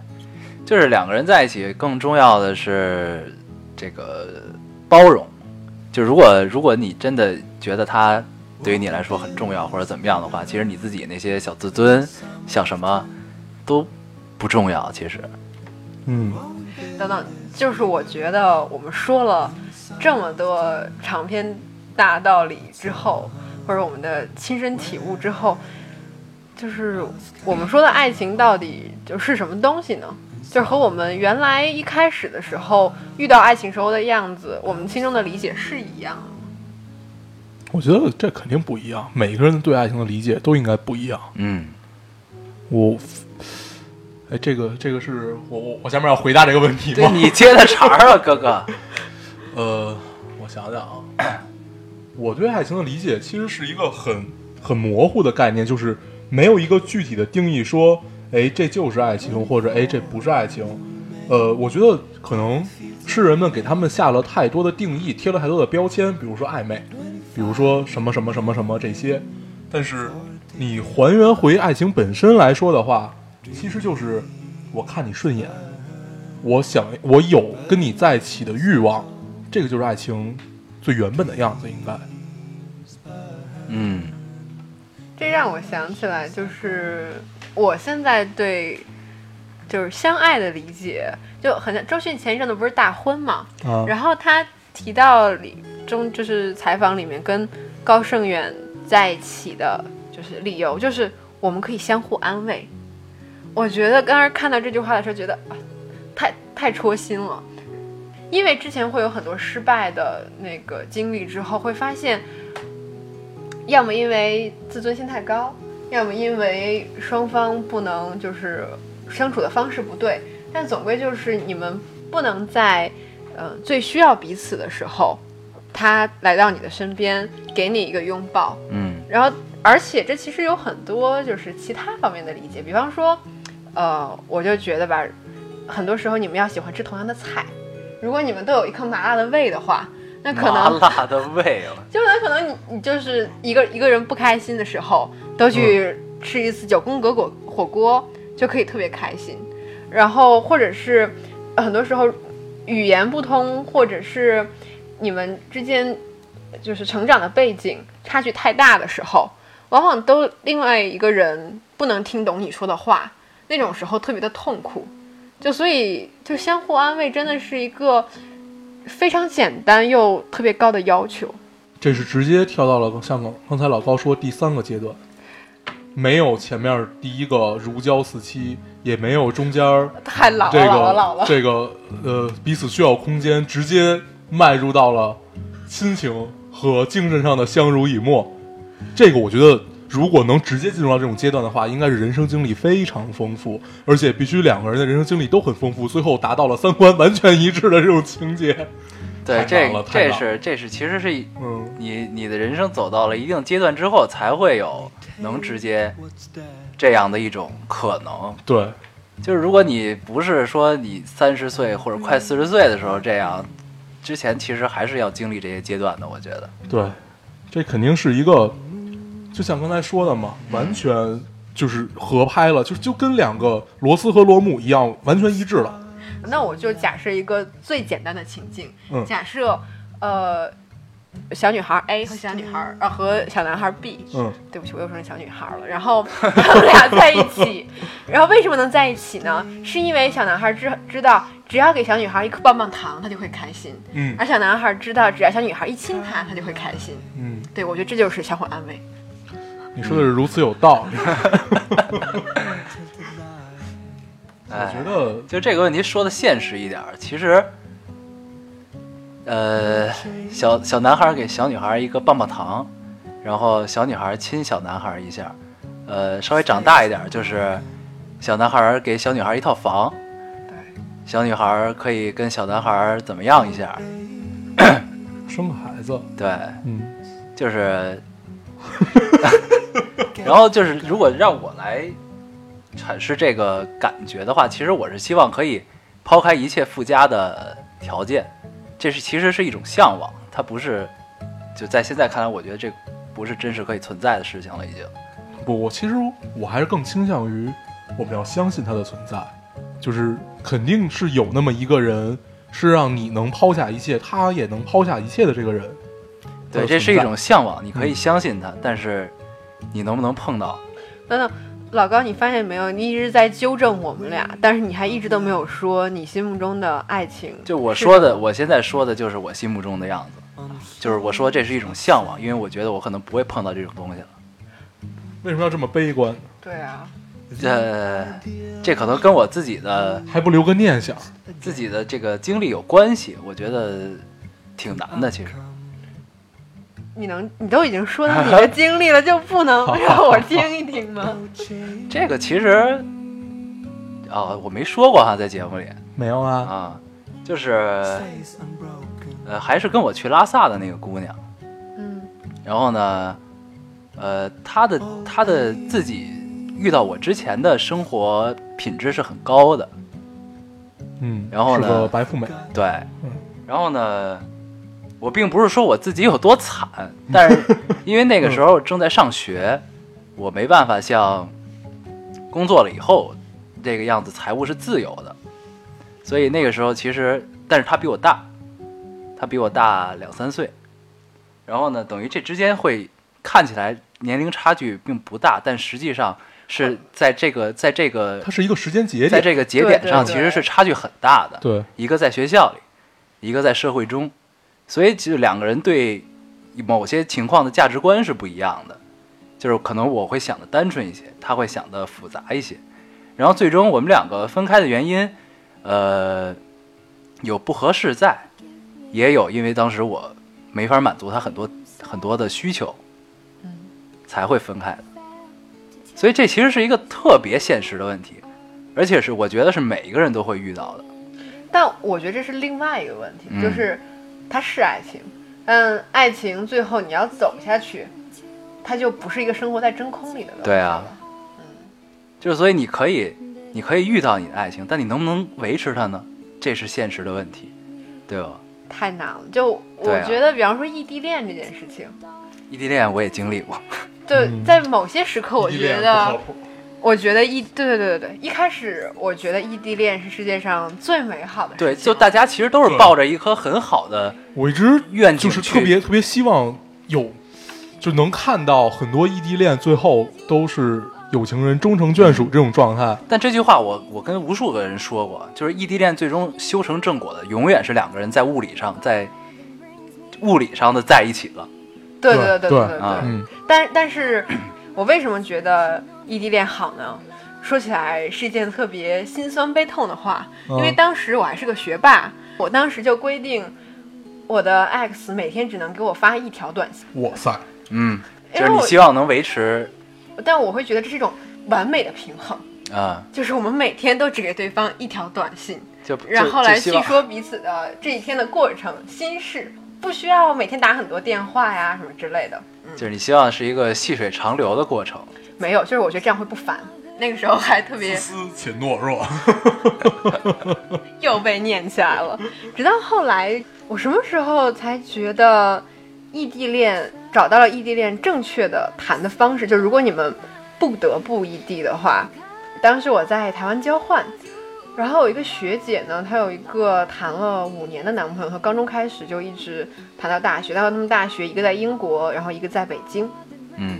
Speaker 1: 就是两个人在一起，更重要的是这个包容。就如果如果你真的觉得他对于你来说很重要或者怎么样的话，其实你自己那些小自尊、小什么都不重要，其实
Speaker 3: 嗯，
Speaker 4: 等等，就是我觉得我们说了这么多长篇大道理之后，或者我们的亲身体悟之后，就是我们说的爱情到底就是什么东西呢？就是和我们原来一开始的时候遇到爱情时候的样子，我们心中的理解是一样的吗。
Speaker 3: 我觉得这肯定不一样，每个人对爱情的理解都应该不一样。
Speaker 1: 嗯
Speaker 3: 我，哎，这个这个是我我我下面要回答这个问题
Speaker 1: 对
Speaker 3: 吗？
Speaker 1: 你接的茬儿啊，哥 哥。
Speaker 3: 呃，我想想啊， 我对爱情的理解其实是一个很很模糊的概念，就是没有一个具体的定义说，哎，这就是爱情，或者哎，这不是爱情。呃，我觉得可能是人们给他们下了太多的定义，贴了太多的标签，比如说暧昧，比如说什么什么什么什么这些。但是你还原回爱情本身来说的话，其实就是我看你顺眼，我想我有跟你在一起的欲望，这个就是爱情最原本的样子，应该。
Speaker 1: 嗯
Speaker 4: 这让我想起来，就是我现在对就是相爱的理解，就很像周迅前一阵子不是大婚嘛，
Speaker 3: 啊
Speaker 4: 然后他提到里中就是采访里面跟高胜远在一起的，就是理由就是我们可以相互安慰。我觉得刚才看到这句话的时候，觉得啊，太太戳心了，因为之前会有很多失败的那个经历，之后会发现，要么因为自尊心太高，要么因为双方不能就是相处的方式不对，但总归就是你们不能在呃最需要彼此的时候，他来到你的身边，给你一个拥抱，
Speaker 1: 嗯
Speaker 4: 然后，而且这其实有很多就是其他方面的理解，比方说，呃，我就觉得吧，很多时候你们要喜欢吃同样的菜，如果你们都有一颗麻辣的胃的话，那可
Speaker 1: 麻
Speaker 4: 能
Speaker 1: 辣的味了。
Speaker 4: 就那可能你你就是一个一个人不开心的时候，都去吃一次九宫格火火锅，就可以特别开心。然后或者是呃很多时候语言不通，或者是你们之间就是成长的背景差距太大的时候，往往都另外一个人不能听懂你说的话，那种时候特别的痛苦。就所以就相互安慰，真的是一个非常简单又特别高的要求。
Speaker 3: 这是直接跳到了像刚刚才老高说第三个阶段，没有前面第一个如胶似漆，也没有中间儿
Speaker 4: 太老了，
Speaker 3: 这
Speaker 4: 老了，老
Speaker 3: 个
Speaker 4: 了。
Speaker 3: 这个呃彼此需要空间，直接迈入到了亲情和精神上的相濡以沫。这个我觉得，如果能直接进入到这种阶段的话，应该是人生经历非常丰富，而且必须两个人的人生经历都很丰富，最后达到了三观完全一致的这种情节。
Speaker 1: 对，
Speaker 3: 太
Speaker 1: 这
Speaker 3: 棒了太
Speaker 1: 这
Speaker 3: 棒
Speaker 1: 是这是其实是
Speaker 3: 嗯，
Speaker 1: 你你的人生走到了一定阶段之后，才会有能直接这样的一种可能。
Speaker 3: 对，
Speaker 1: 就是如果你不是说你三十岁或者快四十岁的时候这样，之前其实还是要经历这些阶段的。我觉得，
Speaker 3: 对，这肯定是一个，就像刚才说的嘛，完全就是合拍了，就就跟两个罗斯和罗姆一样，完全一致了。
Speaker 4: 那我就假设一个最简单的情境，
Speaker 3: 嗯
Speaker 4: 假设呃，小女孩 A 和小女孩呃和小男孩 B，、
Speaker 3: 嗯，
Speaker 4: 对不起，我又说成小女孩了。然后他们俩在一起，然后为什么能在一起呢？是因为小男孩知知道，只要给小女孩一颗棒棒糖，他就会开心；
Speaker 3: 嗯
Speaker 4: 而小男孩知道，只要小女孩一亲他，他就会开心。
Speaker 3: 嗯，
Speaker 4: 对，我觉得这就是相互安慰。
Speaker 3: 你说的是如此有道理。
Speaker 1: 嗯
Speaker 3: 我
Speaker 1: 哎
Speaker 3: 觉，得，
Speaker 1: 就这个问题说的现实一点儿，其实，呃，小小男孩儿给小女孩儿一个棒棒糖，然后小女孩儿亲小男孩儿一下，呃，稍微长大一点儿就是小男孩儿给小女孩儿一套房，小女孩儿可以跟小男孩儿怎么样一下，
Speaker 3: 生个孩子，
Speaker 1: 对，
Speaker 3: 嗯
Speaker 1: 就是，然后就是，如果让我来阐释这个感觉的话，其实我是希望可以抛开一切附加的条件，这是其实是一种向往，它不是就在现在看来，我觉得这不是真实可以存在的事情了，已经。
Speaker 3: 不，我其实我还是更倾向于我们要相信它的存在，就是肯定是有那么一个人，是让你能抛下一切，他也能抛下一切的这个人。
Speaker 1: 对，这是一种向往，你可以相信它，但是你能不能碰到？
Speaker 4: 等等，老高，你发现没有？你一直在纠正我们俩，但是你还一直都没有说你心目中的爱情。
Speaker 1: 就我说的，我现在说的就是我心目中的样子，就是我说这是一种向往，因为我觉得我可能不会碰到这种东西了。
Speaker 3: 为什么要这么悲观？
Speaker 4: 对啊，
Speaker 1: 这呃这可能跟我自己的
Speaker 3: 还不留个念想？
Speaker 1: 自己的这个经历有关系，我觉得挺难的。其实
Speaker 4: 你能，你都已经说到你的经历了，就不能让我听一听吗？
Speaker 1: 这个其实啊，我没说过哈，在节目里
Speaker 3: 没有啊，
Speaker 1: 啊，就是呃，还是跟我去拉萨的那个姑娘。
Speaker 4: 嗯，
Speaker 1: 然后呢，呃，他的他的自己遇到我之前的生活品质是很高的，
Speaker 3: 嗯，
Speaker 1: 然后
Speaker 3: 是
Speaker 1: 呢
Speaker 3: 个白富美，
Speaker 1: 对
Speaker 3: 嗯，
Speaker 1: 然后呢，我并不是说我自己有多惨，但是因为那个时候正在上学，我没办法像工作了以后这个样子，财务是自由的，所以那个时候其实，但是他比我大，他比我大两三岁，然后呢，等于这之间会看起来年龄差距并不大，但实际上是在这个在这个
Speaker 3: 它是一个时间节
Speaker 1: 在
Speaker 3: 点，
Speaker 1: 这个节
Speaker 4: 对
Speaker 1: 点
Speaker 4: 对
Speaker 1: 上，
Speaker 4: 对
Speaker 1: 其实是差距很大的。
Speaker 3: 对，
Speaker 1: 一个在学校里，一个在社会中，所以就两个人对某些情况的价值观是不一样的，就是可能我会想的单纯一些，他会想的复杂一些，然后最终我们两个分开的原因，呃，有不合适在，也有因为当时我没法满足他很多很多的需求，才会分开的，所以这其实是一个特别现实的问题，而且是我觉得是每一个人都会遇到的。
Speaker 4: 但我觉得这是另外一个问题，
Speaker 1: 嗯
Speaker 4: 就是它是爱情，但爱情最后你要走下去，它就不是一个生活在真空里的问题了。
Speaker 1: 对啊
Speaker 4: 嗯
Speaker 1: 就是所以你可以，你可以遇到你的爱情，但你能不能维持它呢？这是现实的问题，对吧？
Speaker 4: 太难了。就
Speaker 1: 对
Speaker 4: 我
Speaker 1: 啊
Speaker 4: 觉得，比方说异地恋这件事情，
Speaker 1: 异地恋我也经历过，
Speaker 4: 就
Speaker 3: 嗯
Speaker 4: 在某些时刻，我
Speaker 3: 异地恋
Speaker 4: 觉
Speaker 3: 不
Speaker 4: 得
Speaker 3: 靠，谱
Speaker 4: 我觉得异，对对对对对，一开始我觉得异地恋是世界上最美好的事情
Speaker 1: 对，
Speaker 4: 了，
Speaker 1: 就大家其实都是抱着一颗很好的，
Speaker 3: 我一直
Speaker 1: 愿景
Speaker 3: 就是
Speaker 1: 去
Speaker 3: 特别特别希望有，就能看到很多异地恋最后都是有情人终成眷属这种状态。
Speaker 1: 但这句话我我跟无数个人说过，就是异地恋最终修成正果的，永远是两个人在物理上在物理上的在一起了。
Speaker 4: 对对
Speaker 3: 对
Speaker 4: 对
Speaker 3: 对
Speaker 4: 对
Speaker 1: 啊
Speaker 3: 嗯，
Speaker 4: 但但是，我为什么觉得异地恋好呢？说起来是一件特别心酸悲痛的话，因为
Speaker 3: 嗯
Speaker 4: 当时我还是个学霸，我当时就规定，我的 X 每天只能给我发一条短信，
Speaker 3: 哇塞，
Speaker 1: 嗯，就
Speaker 4: 因为
Speaker 1: 是你
Speaker 4: 我
Speaker 1: 希望能维持
Speaker 4: 但我会觉得这是一种完美的平衡，
Speaker 1: 啊、
Speaker 4: 就是我们每天都只给对方一条短信，
Speaker 1: 就
Speaker 4: 然后
Speaker 1: 就
Speaker 4: 来
Speaker 1: 就希
Speaker 4: 细
Speaker 1: 望
Speaker 4: 说彼此的这一天的过程、心事，不需要每天打很多电话呀什么之类的。
Speaker 1: 就是你希望是一个细水长流的过程。
Speaker 4: 没有，就是我觉得这样会不烦。那个时候还特 别
Speaker 3: 自私且懦弱。
Speaker 4: 又被念起来了。直到后来，我什么时候才觉得异地恋找到了异地恋正确的谈的方式？就如果你们不得不异地的话，当时我在台湾交换。然后有一个学姐呢，她有一个谈了五年的男朋友，从高中开始就一直谈到大学，到他们大学一个在英国，然后一个在北京。
Speaker 1: 嗯，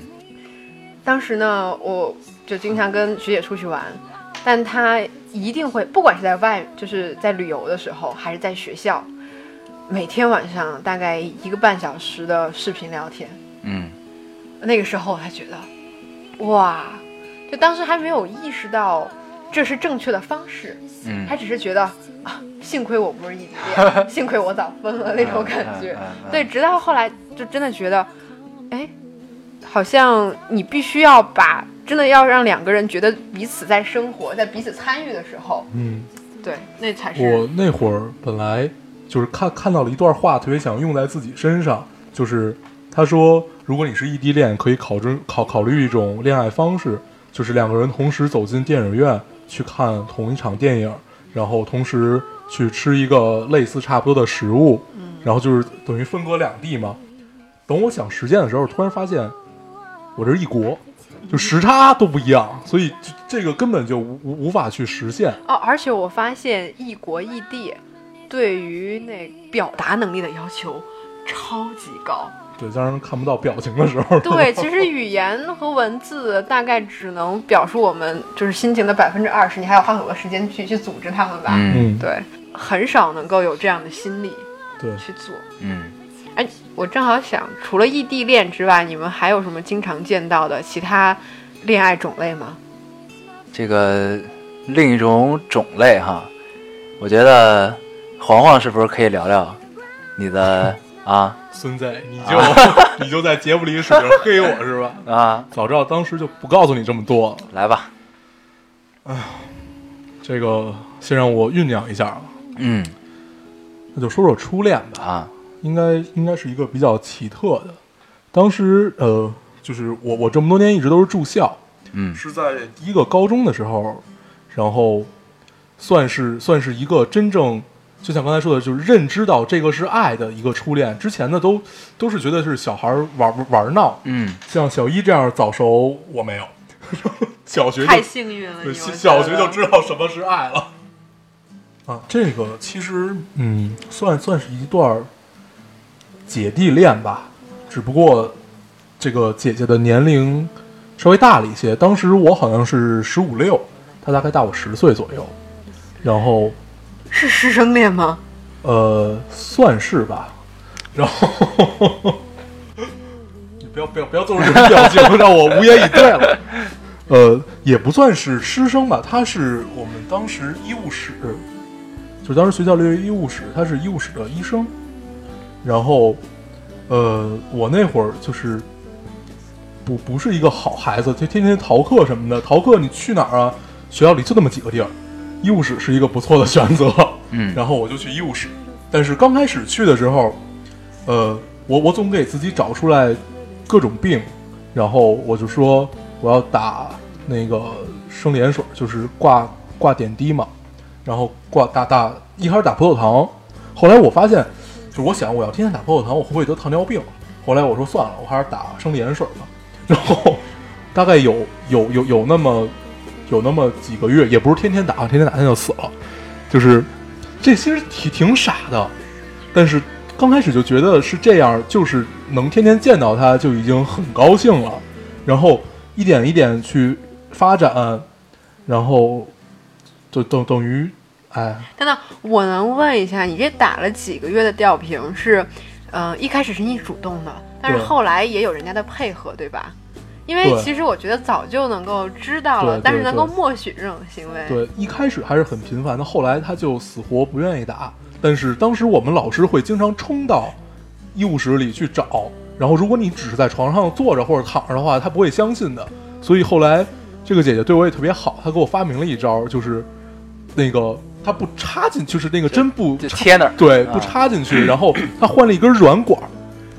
Speaker 4: 当时呢，我就经常跟学姐出去玩，但她一定会，不管是在外，就是在旅游的时候，还是在学校，每天晚上大概一个半小时的视频聊天。
Speaker 1: 嗯，
Speaker 4: 那个时候我才觉得，哇，就当时还没有意识到这是正确的方式，
Speaker 1: 嗯
Speaker 4: 还只是觉得啊，幸亏我不是异地恋，幸亏我早分了那种感觉。
Speaker 1: 嗯嗯嗯嗯
Speaker 4: 对，直到后来就真的觉得，哎，好像你必须要把真的要让两个人觉得彼此在生活，在彼此参与的时候，
Speaker 3: 嗯，
Speaker 4: 对，那才是
Speaker 3: 我那会儿本来就是看看到了一段话，特别想用在自己身上，就是他说，如果你是异地恋，可以考虑考考虑一种恋爱方式，就是两个人同时走进电影院去看同一场电影，然后同时去吃一个类似差不多的食物，然后就是等于分隔两地嘛。等我想实践的时候，突然发现我这是一国，就时差都不一样，所以就这个根本就无无无法去实现。
Speaker 4: 哦。而且我发现异国异地对于那表达能力的要求超级高。
Speaker 3: 对，当然看不到表情的时 候，
Speaker 4: 对，其实语言和文字大概只能表述我们就是心情的百分之二十，你还要花很多时间去去组织它们吧。
Speaker 1: 嗯
Speaker 3: 嗯，
Speaker 4: 对，很少能够有这样的心理
Speaker 3: 对，
Speaker 4: 去做。
Speaker 1: 嗯，
Speaker 4: 哎，我正好想，除了异地恋之外，你们还有什么经常见到的其他恋爱种类吗？
Speaker 1: 这个另一种种类哈，我觉得黄黄是不是可以聊聊你 的啊
Speaker 3: 孙子，你就、 你就在节目里使劲黑我是吧？
Speaker 1: 啊？
Speaker 3: 早知道当时就不告诉你这么多了，
Speaker 1: 来吧，
Speaker 3: 这个先让我酝酿一下吧。
Speaker 1: 嗯
Speaker 3: 那就说说初恋吧，
Speaker 1: 啊，
Speaker 3: 应该应该是一个比较奇特的。当时呃，就是我我这么多年一直都是住校，
Speaker 1: 嗯
Speaker 3: 是在第一个高中的时候，然后算是算是一个真正，就像刚才说的，就是认知到这个是爱的一个初恋。之前的都都是觉得是小孩儿玩玩闹，
Speaker 1: 嗯，
Speaker 3: 像小一这样早熟，我没有。 小学就
Speaker 4: 太幸运了，你
Speaker 3: 对，
Speaker 4: 们
Speaker 3: 小学就知道什么是爱了。啊，这个其实嗯，算算是一段儿姐弟恋吧，只不过这个姐姐的年龄稍微大了一些，当时我好像是十五六，她大概大我十岁左右，然后
Speaker 4: 是师生恋吗？
Speaker 3: 呃，算是吧，然后你不要不要不要做出这种表情，让我无言以对了。呃，也不算是师生吧，他是我们当时医务室，就当时学校里有医务室，他是医务室的医生。然后，呃，我那会儿就是不不是一个好孩子，就天天逃课什么的。逃课你去哪儿啊？学校里就那么几个地儿，医务室是一个不错的选择。
Speaker 1: 嗯
Speaker 3: 然后我就去医务室，但是刚开始去的时候，呃，我我总给自己找出来各种病，然后我就说我要打那个生理盐水，就是挂挂点滴嘛，然后挂打打一开始打葡萄糖，后来我发现，就是我想我要天天打葡萄糖，我会不会得糖尿病？后来我说算了，我还是打生理盐水吧。然后大概有有有有那么有那么几个月，也不是天天打，天天打他就死了，就是这其实挺挺傻的，但是刚开始就觉得是这样，就是能天天见到他就已经很高兴了，然后一点一点去发展，然后就等等于，哎，
Speaker 4: 等等，我能问一下，你这打了几个月的吊瓶是，呃，一开始是你主动的，但是
Speaker 3: 对
Speaker 4: 后来也有人家的配合，对吧？因为
Speaker 3: 对
Speaker 4: 其实我觉得早就能够知道
Speaker 3: 对
Speaker 4: 了，
Speaker 3: 对
Speaker 4: 但是能够
Speaker 3: 对
Speaker 4: 默许这种行为。
Speaker 3: 对，一开始还是很频繁的，后来他就死活不愿意打。但是当时我们老师会经常冲到医务室里去找，然后如果你只是在床上坐着或者躺着的话，他不会相信的。所以后来这个姐姐对我也特别好，她给我发明了一招，就是那个她不插进，就是那个针不
Speaker 1: 就
Speaker 3: 插
Speaker 1: 贴那儿，
Speaker 3: 对，
Speaker 1: 啊
Speaker 3: 不插进去，然后她换了一根软管儿，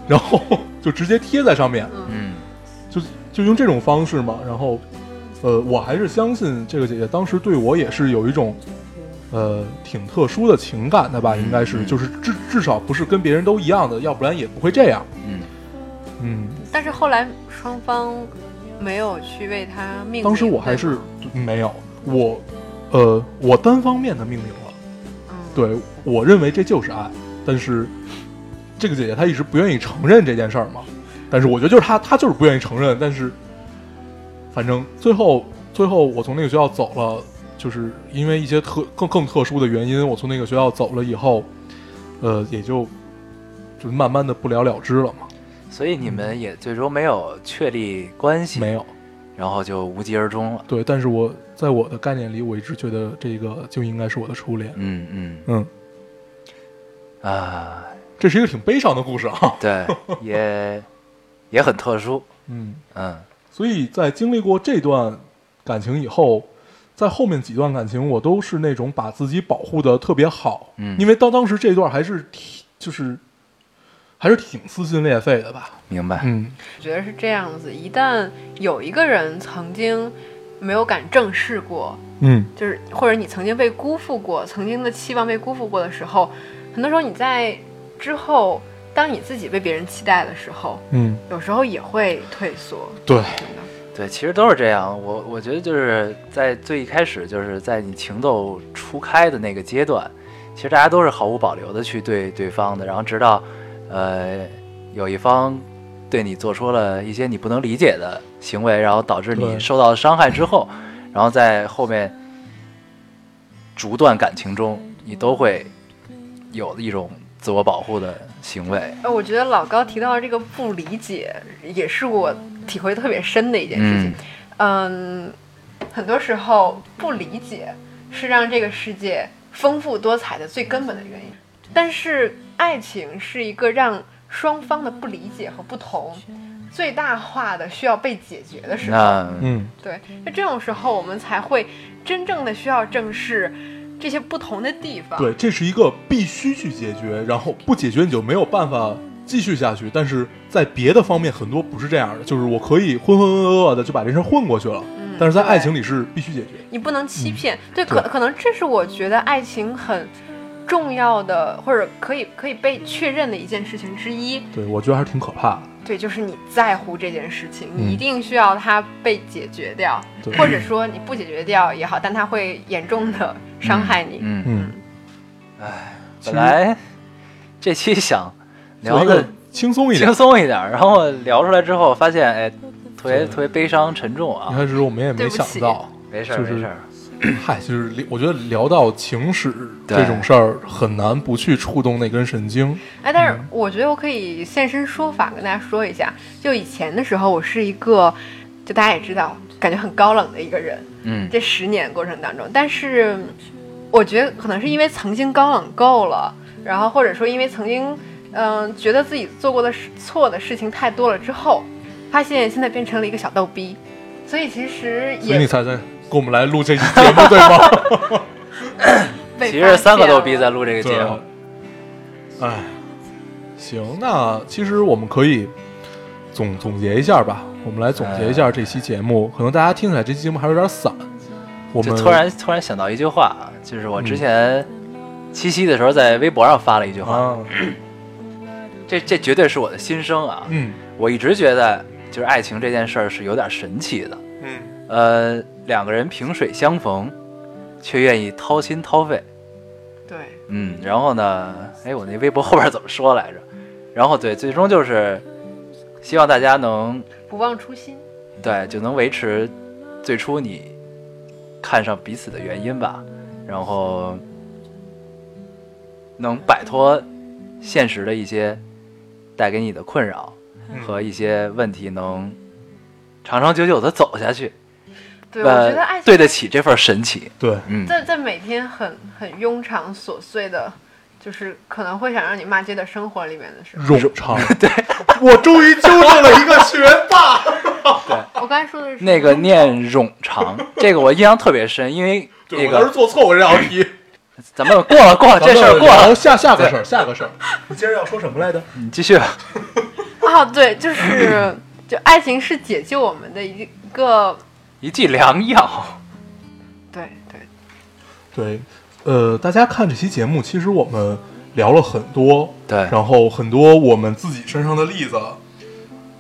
Speaker 3: 然后 就直接贴在上面。
Speaker 1: 嗯
Speaker 3: 就就用这种方式嘛。然后，呃，我还是相信这个姐姐当时对我也是有一种，呃，挺特殊的情感的吧，应该是，
Speaker 1: 嗯
Speaker 3: 就是至至少不是跟别人都一样的，要不然也不会这样。
Speaker 1: 嗯，
Speaker 3: 嗯，
Speaker 4: 但是后来双方没有去为他命名。
Speaker 3: 当时我还
Speaker 4: 对
Speaker 3: 是
Speaker 4: 吗
Speaker 3: 没有我，呃，我单方面的命名了。
Speaker 4: 嗯，
Speaker 3: 对我认为这就是爱，但是这个姐姐她一直不愿意承认这件事儿嘛。但是我觉得就是她，她就是不愿意承认。但是反正最后，最后我从那个学校走了，就是因为一些特更更特殊的原因，我从那个学校走了以后，呃，也就就慢慢的不了了之了嘛。
Speaker 1: 所以你们也最终没有确立关系，
Speaker 3: 没有
Speaker 1: 然后就无疾而终了。
Speaker 3: 对，但是我在我的概念里，我一直觉得这个就应该是我的初恋。
Speaker 1: 嗯
Speaker 3: 嗯，
Speaker 1: 嗯啊，
Speaker 3: 这是一个挺悲伤的故事啊。
Speaker 1: 对，也也很特殊，
Speaker 3: 嗯。
Speaker 1: 嗯
Speaker 3: 所以在经历过这段感情以后，在后面几段感情，我都是那种把自己保护的特别好，
Speaker 1: 嗯
Speaker 3: 因为到当时这一段还是挺就是还是挺撕心裂肺的吧，
Speaker 1: 明白，
Speaker 3: 嗯，
Speaker 4: 我觉得是这样子。一旦有一个人曾经没有敢正视过，
Speaker 3: 嗯，
Speaker 4: 就是或者你曾经被辜负过，曾经的期望被辜负过的时候，很多时候你在之后，当你自己被别人期待的时候，
Speaker 3: 嗯，
Speaker 4: 有时候也会退缩。
Speaker 3: 对，
Speaker 4: 真的
Speaker 1: 对，其实都是这样。我我觉得就是在最一开始，就是在你情窦初开的那个阶段，其实大家都是毫无保留的去对对方的，然后直到呃有一方对你做出了一些你不能理解的行为，然后导致
Speaker 3: 对
Speaker 1: 你受到了伤害之后，然后在后面逐段感情中，你都会有一种自我保护的行为。
Speaker 4: 呃，我觉得老高提到这个不理解，也是我体会特别深的一件事
Speaker 1: 嗯
Speaker 4: 情。嗯很多时候不理解是让这个世界丰富多彩的最根本的原因，但是爱情是一个让双方的不理解和不同最大化的需要被解决的时候。
Speaker 1: 那
Speaker 3: 嗯，
Speaker 4: 对，那这种时候我们才会真正的需要正视这些不同的地方。
Speaker 3: 对，这是一个必须去解决，然后不解决你就没有办法继续下去。但是在别的方面，很多不是这样的，就是我可以浑浑噩噩的就把这事儿混过去了，
Speaker 4: 嗯
Speaker 3: 但是在爱
Speaker 4: 对
Speaker 3: 情里是必须解决。
Speaker 4: 你不能欺
Speaker 3: 嗯
Speaker 4: 骗。对，可
Speaker 3: 对
Speaker 4: 可能这是我觉得爱情很重要的，或者可以可以被确认的一件事情之一。
Speaker 3: 对，我觉得还是挺可怕的。
Speaker 4: 对，就是你在乎这件事情，
Speaker 3: 嗯
Speaker 4: 你一定需要它被解决掉，
Speaker 3: 对
Speaker 4: 或者说你不解决掉也好，但它会严重的伤害你。
Speaker 1: 嗯，
Speaker 3: 嗯，
Speaker 1: 本来这期想
Speaker 3: 做
Speaker 1: 聊
Speaker 3: 一
Speaker 1: 的
Speaker 3: 个轻松一点
Speaker 1: 轻。松一点儿，然后聊出来之后发现，哎，特别
Speaker 3: 对
Speaker 1: 特别悲伤沉重
Speaker 3: 一
Speaker 1: 啊。
Speaker 3: 开始我们也
Speaker 4: 对
Speaker 3: 没
Speaker 4: 不
Speaker 3: 想
Speaker 4: 起
Speaker 3: 到，
Speaker 1: 没事儿，
Speaker 3: 嗯就是
Speaker 1: 没事儿，
Speaker 3: 嗨，就是聊我觉得聊到情史
Speaker 1: 对
Speaker 3: 这种事儿，很难不去触动那根神经。
Speaker 4: 哎，但是我觉得我可以现身说法，跟大家说一下。就以前的时候，我是一个，就大家也知道，感觉很高冷的一个人。
Speaker 1: 嗯，
Speaker 4: 这十年过程当中，但是我觉得可能是因为曾经高冷够了，然后或者说因为曾经嗯、觉得自己做过的事错的事情太多了之后，发现现在变成了一个小逗逼，所以其实
Speaker 3: 所以你
Speaker 4: 也
Speaker 3: 才在跟我们来录这期节目，对 吗？
Speaker 4: 被
Speaker 1: 其实三个逗逼
Speaker 4: 发现
Speaker 1: 在
Speaker 4: 了
Speaker 1: 录这个节目，
Speaker 3: 对。啊哎，行，那其实我们可以总总结一下吧。我们来总结一下这期节目，可能大家听起来这期节目还有点散。我
Speaker 1: 就
Speaker 3: 们
Speaker 1: 突然突然想到一句话啊，就是我
Speaker 3: 嗯
Speaker 1: 之前七夕的时候在微博上发了一句话，
Speaker 3: 啊，
Speaker 1: 这这绝对是我的心声啊！
Speaker 3: 嗯，
Speaker 1: 我一直觉得就是爱情这件事儿是有点神奇的，
Speaker 5: 嗯，
Speaker 1: 呃，两个人萍水相逢，却愿意掏心掏肺，
Speaker 4: 对，
Speaker 1: 嗯，然后呢，哎，我那微博后边怎么说来着？然后对，最终就是希望大家能
Speaker 4: 不忘初心。
Speaker 1: 对，就能维持最初你看上彼此的原因吧，然后能摆脱现实的一些带给你的困扰
Speaker 4: 嗯
Speaker 1: 和一些问题，能长长久久的走下去。
Speaker 4: 对，我觉
Speaker 1: 呃
Speaker 4: 得哎爱情
Speaker 1: 对得起这份神奇。
Speaker 3: 对，
Speaker 1: 嗯，
Speaker 4: 在在每天很很庸常琐碎的，就是可能会想让你骂街的生活里面的时候，
Speaker 3: 冗 长，
Speaker 5: 我终于纠正了一个学霸。
Speaker 4: 我刚才说的是
Speaker 1: 那个
Speaker 4: 庸
Speaker 1: 念冗长，这个我印象特别深，因为
Speaker 5: 对，
Speaker 1: 那
Speaker 5: 我当
Speaker 1: 个
Speaker 5: 时做错过这道题。
Speaker 1: 咱们过了过了啊这事儿过
Speaker 3: 咱们聊
Speaker 1: 了，
Speaker 3: 下下个事儿，下个事儿。你今儿要说什么来着？
Speaker 1: 你继续吧。
Speaker 4: 啊，对，就是就爱情是解救我们的一个，
Speaker 1: 一剂良药，
Speaker 4: 对对，
Speaker 3: 对，呃，大家看这期节目，其实我们聊了很多，
Speaker 1: 对
Speaker 3: 然后很多我们自己身上的例子，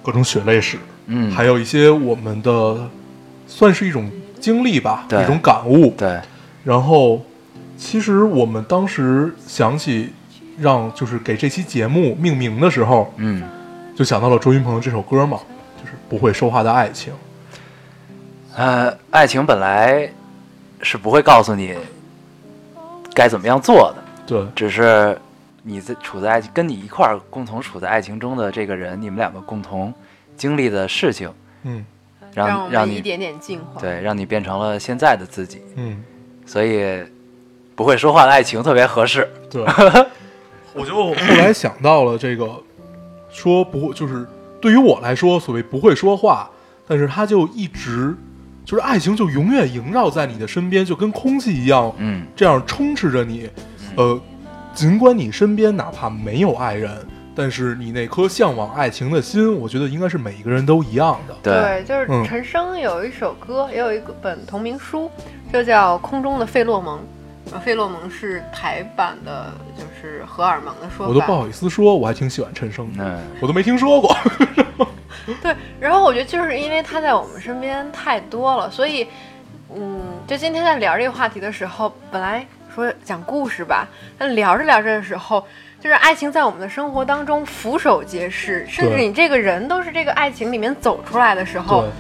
Speaker 3: 各种血泪史，
Speaker 1: 嗯，
Speaker 3: 还有一些我们的算是一种经历吧，
Speaker 1: 对
Speaker 3: 一种感悟。
Speaker 1: 对，
Speaker 3: 然后，其实我们当时想起让就是给这期节目命名的时候，
Speaker 1: 嗯。
Speaker 3: 就想到了周云鹏的这首歌嘛，就是不会说话的爱情。
Speaker 1: 呃，爱情本来是不会告诉你该怎么样做的，
Speaker 3: 对，
Speaker 1: 只是你在处在爱情跟你一块儿共同处在爱情中的这个人，你们两个共同经历的事情，
Speaker 3: 嗯
Speaker 4: 让
Speaker 1: 让
Speaker 4: 我们一
Speaker 1: 你
Speaker 4: 点点进化。
Speaker 1: 对让你变成了现在的自己，
Speaker 3: 嗯，
Speaker 1: 所以不会说话的爱情特别合适。
Speaker 3: 对。
Speaker 5: 我就
Speaker 3: 后来想到了这个，说不就是对于我来说，所谓不会说话，但是他就一直就是爱情就永远萦绕在你的身边，就跟空气一样，
Speaker 1: 嗯，
Speaker 3: 这样充斥着你。
Speaker 5: 嗯
Speaker 3: 呃，尽管你身边哪怕没有爱人，但是你那颗向往爱情的心，我觉得应该是每一个人都一样的。
Speaker 1: 对，
Speaker 4: 就是
Speaker 3: 嗯
Speaker 4: 陈升有一首歌，也有一个本同名书，就叫《空中的费洛蒙》。呃费洛蒙是台版的，就是荷尔蒙的说法。
Speaker 3: 我都不好意思说，我还挺喜欢陈升的，
Speaker 1: 嗯，
Speaker 3: 我都没听说过。
Speaker 4: 对，然后我觉得就是因为他在我们身边太多了，所以，嗯，就今天在聊这个话题的时候，本来说讲故事吧，但聊着聊着的时候，就是爱情在我们的生活当中俯首皆是，甚至
Speaker 3: 对
Speaker 4: 你这个人都是这个爱情里面走出来的时候
Speaker 3: 对，，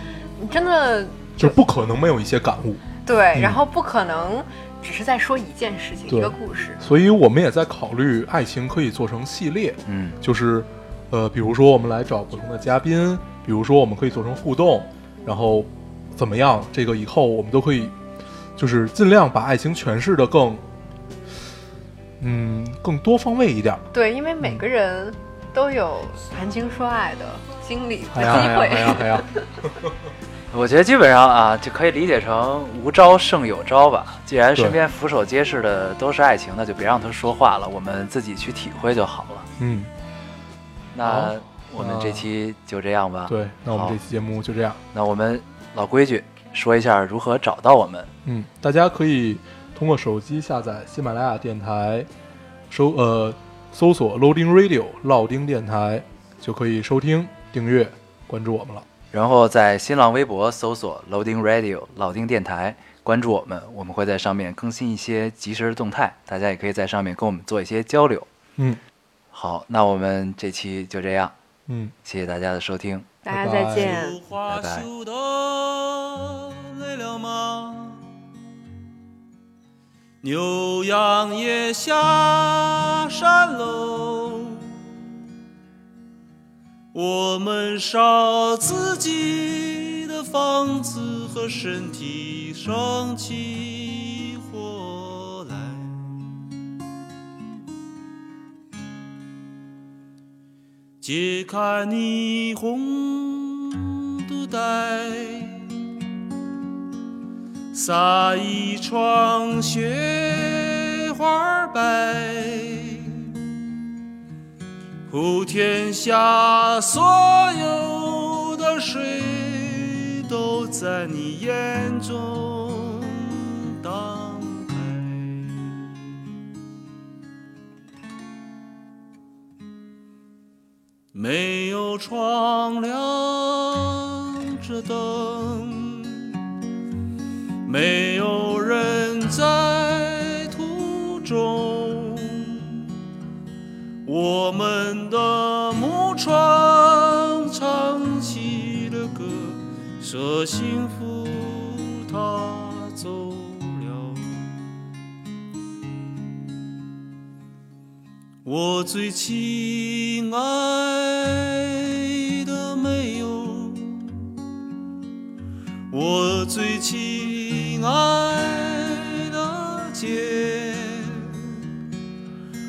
Speaker 4: 你真的
Speaker 3: 就不可能没有一些感悟。
Speaker 4: 对，
Speaker 3: 嗯
Speaker 4: 然后不可能只是在说一件事情，
Speaker 3: 对
Speaker 4: 一个故事。
Speaker 3: 所以我们也在考虑，爱情可以做成系列，
Speaker 1: 嗯，
Speaker 3: 就是，呃，比如说我们来找不同的嘉宾，比如说我们可以做成互动，然后怎么样？这个以后我们都可以，就是尽量把爱情诠释的更，嗯，更多方位一点。
Speaker 4: 对，因为每个人都有谈情说爱的经历和
Speaker 3: 哎呀哎
Speaker 4: 机
Speaker 3: 呀哎呀
Speaker 4: 会。
Speaker 3: 哎呀！
Speaker 1: 我觉得基本上啊，就可以理解成无招胜有招吧。既然身边俯首皆是的都是爱情，那就别让他说话了，我们自己去体会就好了。
Speaker 3: 嗯，
Speaker 1: 那
Speaker 3: 好
Speaker 1: 我们这期就这样吧。
Speaker 3: 对，那我们
Speaker 1: 好
Speaker 3: 这期节目就这样。
Speaker 1: 那我们老规矩，说一下如何找到我们。
Speaker 3: 嗯，大家可以通过手机下载喜马拉雅电台，搜呃搜索 Loading Radio 老丁电台，就可以收听、订阅、关注我们了。
Speaker 1: 然后在新浪微博搜索 Loading Radio 老丁电台，关注我们，我们会在上面更新一些即时的动态，大家也可以在上面跟我们做一些交流。
Speaker 3: 嗯
Speaker 1: 好，那我们这期就这样，
Speaker 3: 嗯，
Speaker 1: 谢谢大家的收听，
Speaker 4: 大
Speaker 3: 拜
Speaker 4: 家再
Speaker 3: 拜
Speaker 4: 见。
Speaker 6: 绣花绣的累了吗？牛羊也下山喽，我们烧自己的房子和身体，生起火来。解开你红肚带，撒一窗雪花白，普天下所有的水都在你眼中荡开。没有窗亮着灯，没有人在途中，我们的木船唱起了歌，说幸福它走了。我最亲爱的妹哟，我最亲爱的姐，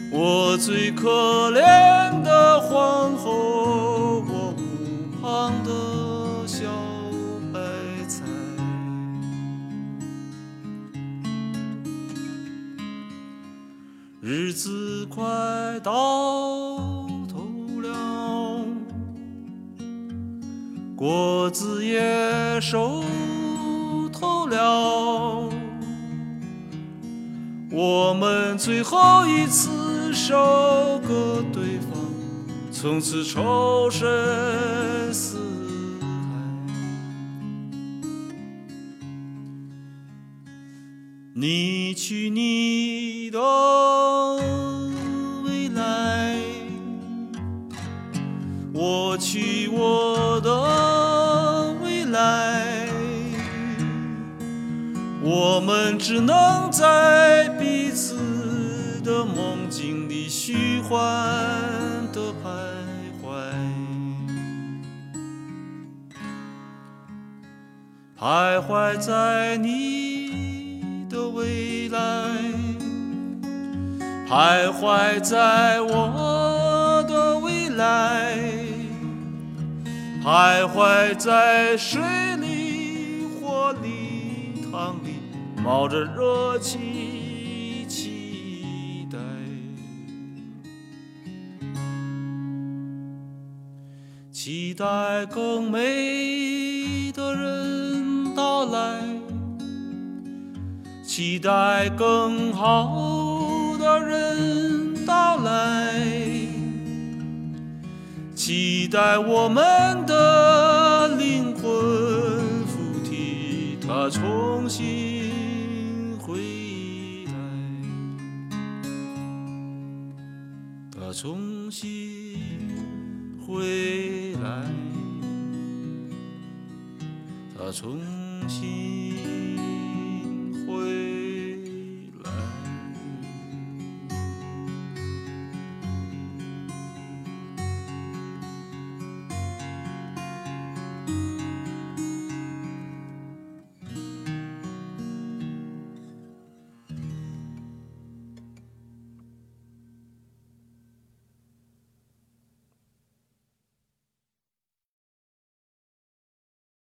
Speaker 6: 我最可怜的皇后，我无旁的小白菜。日子快到头了，果子也熟透了，我们最后一次收割对方，从此仇深似海。你去你的未来，我去我的未来，我们只能在彼此的梦境里虚幻的徘徊。徘徊在你的未来，徘徊在我的未来，徘徊在水里、火里、汤里，冒着热气，期待。期待更美的人到来，期待更好的人到来，期待我们的灵魂附体，它重新回来，它西回来，他重新。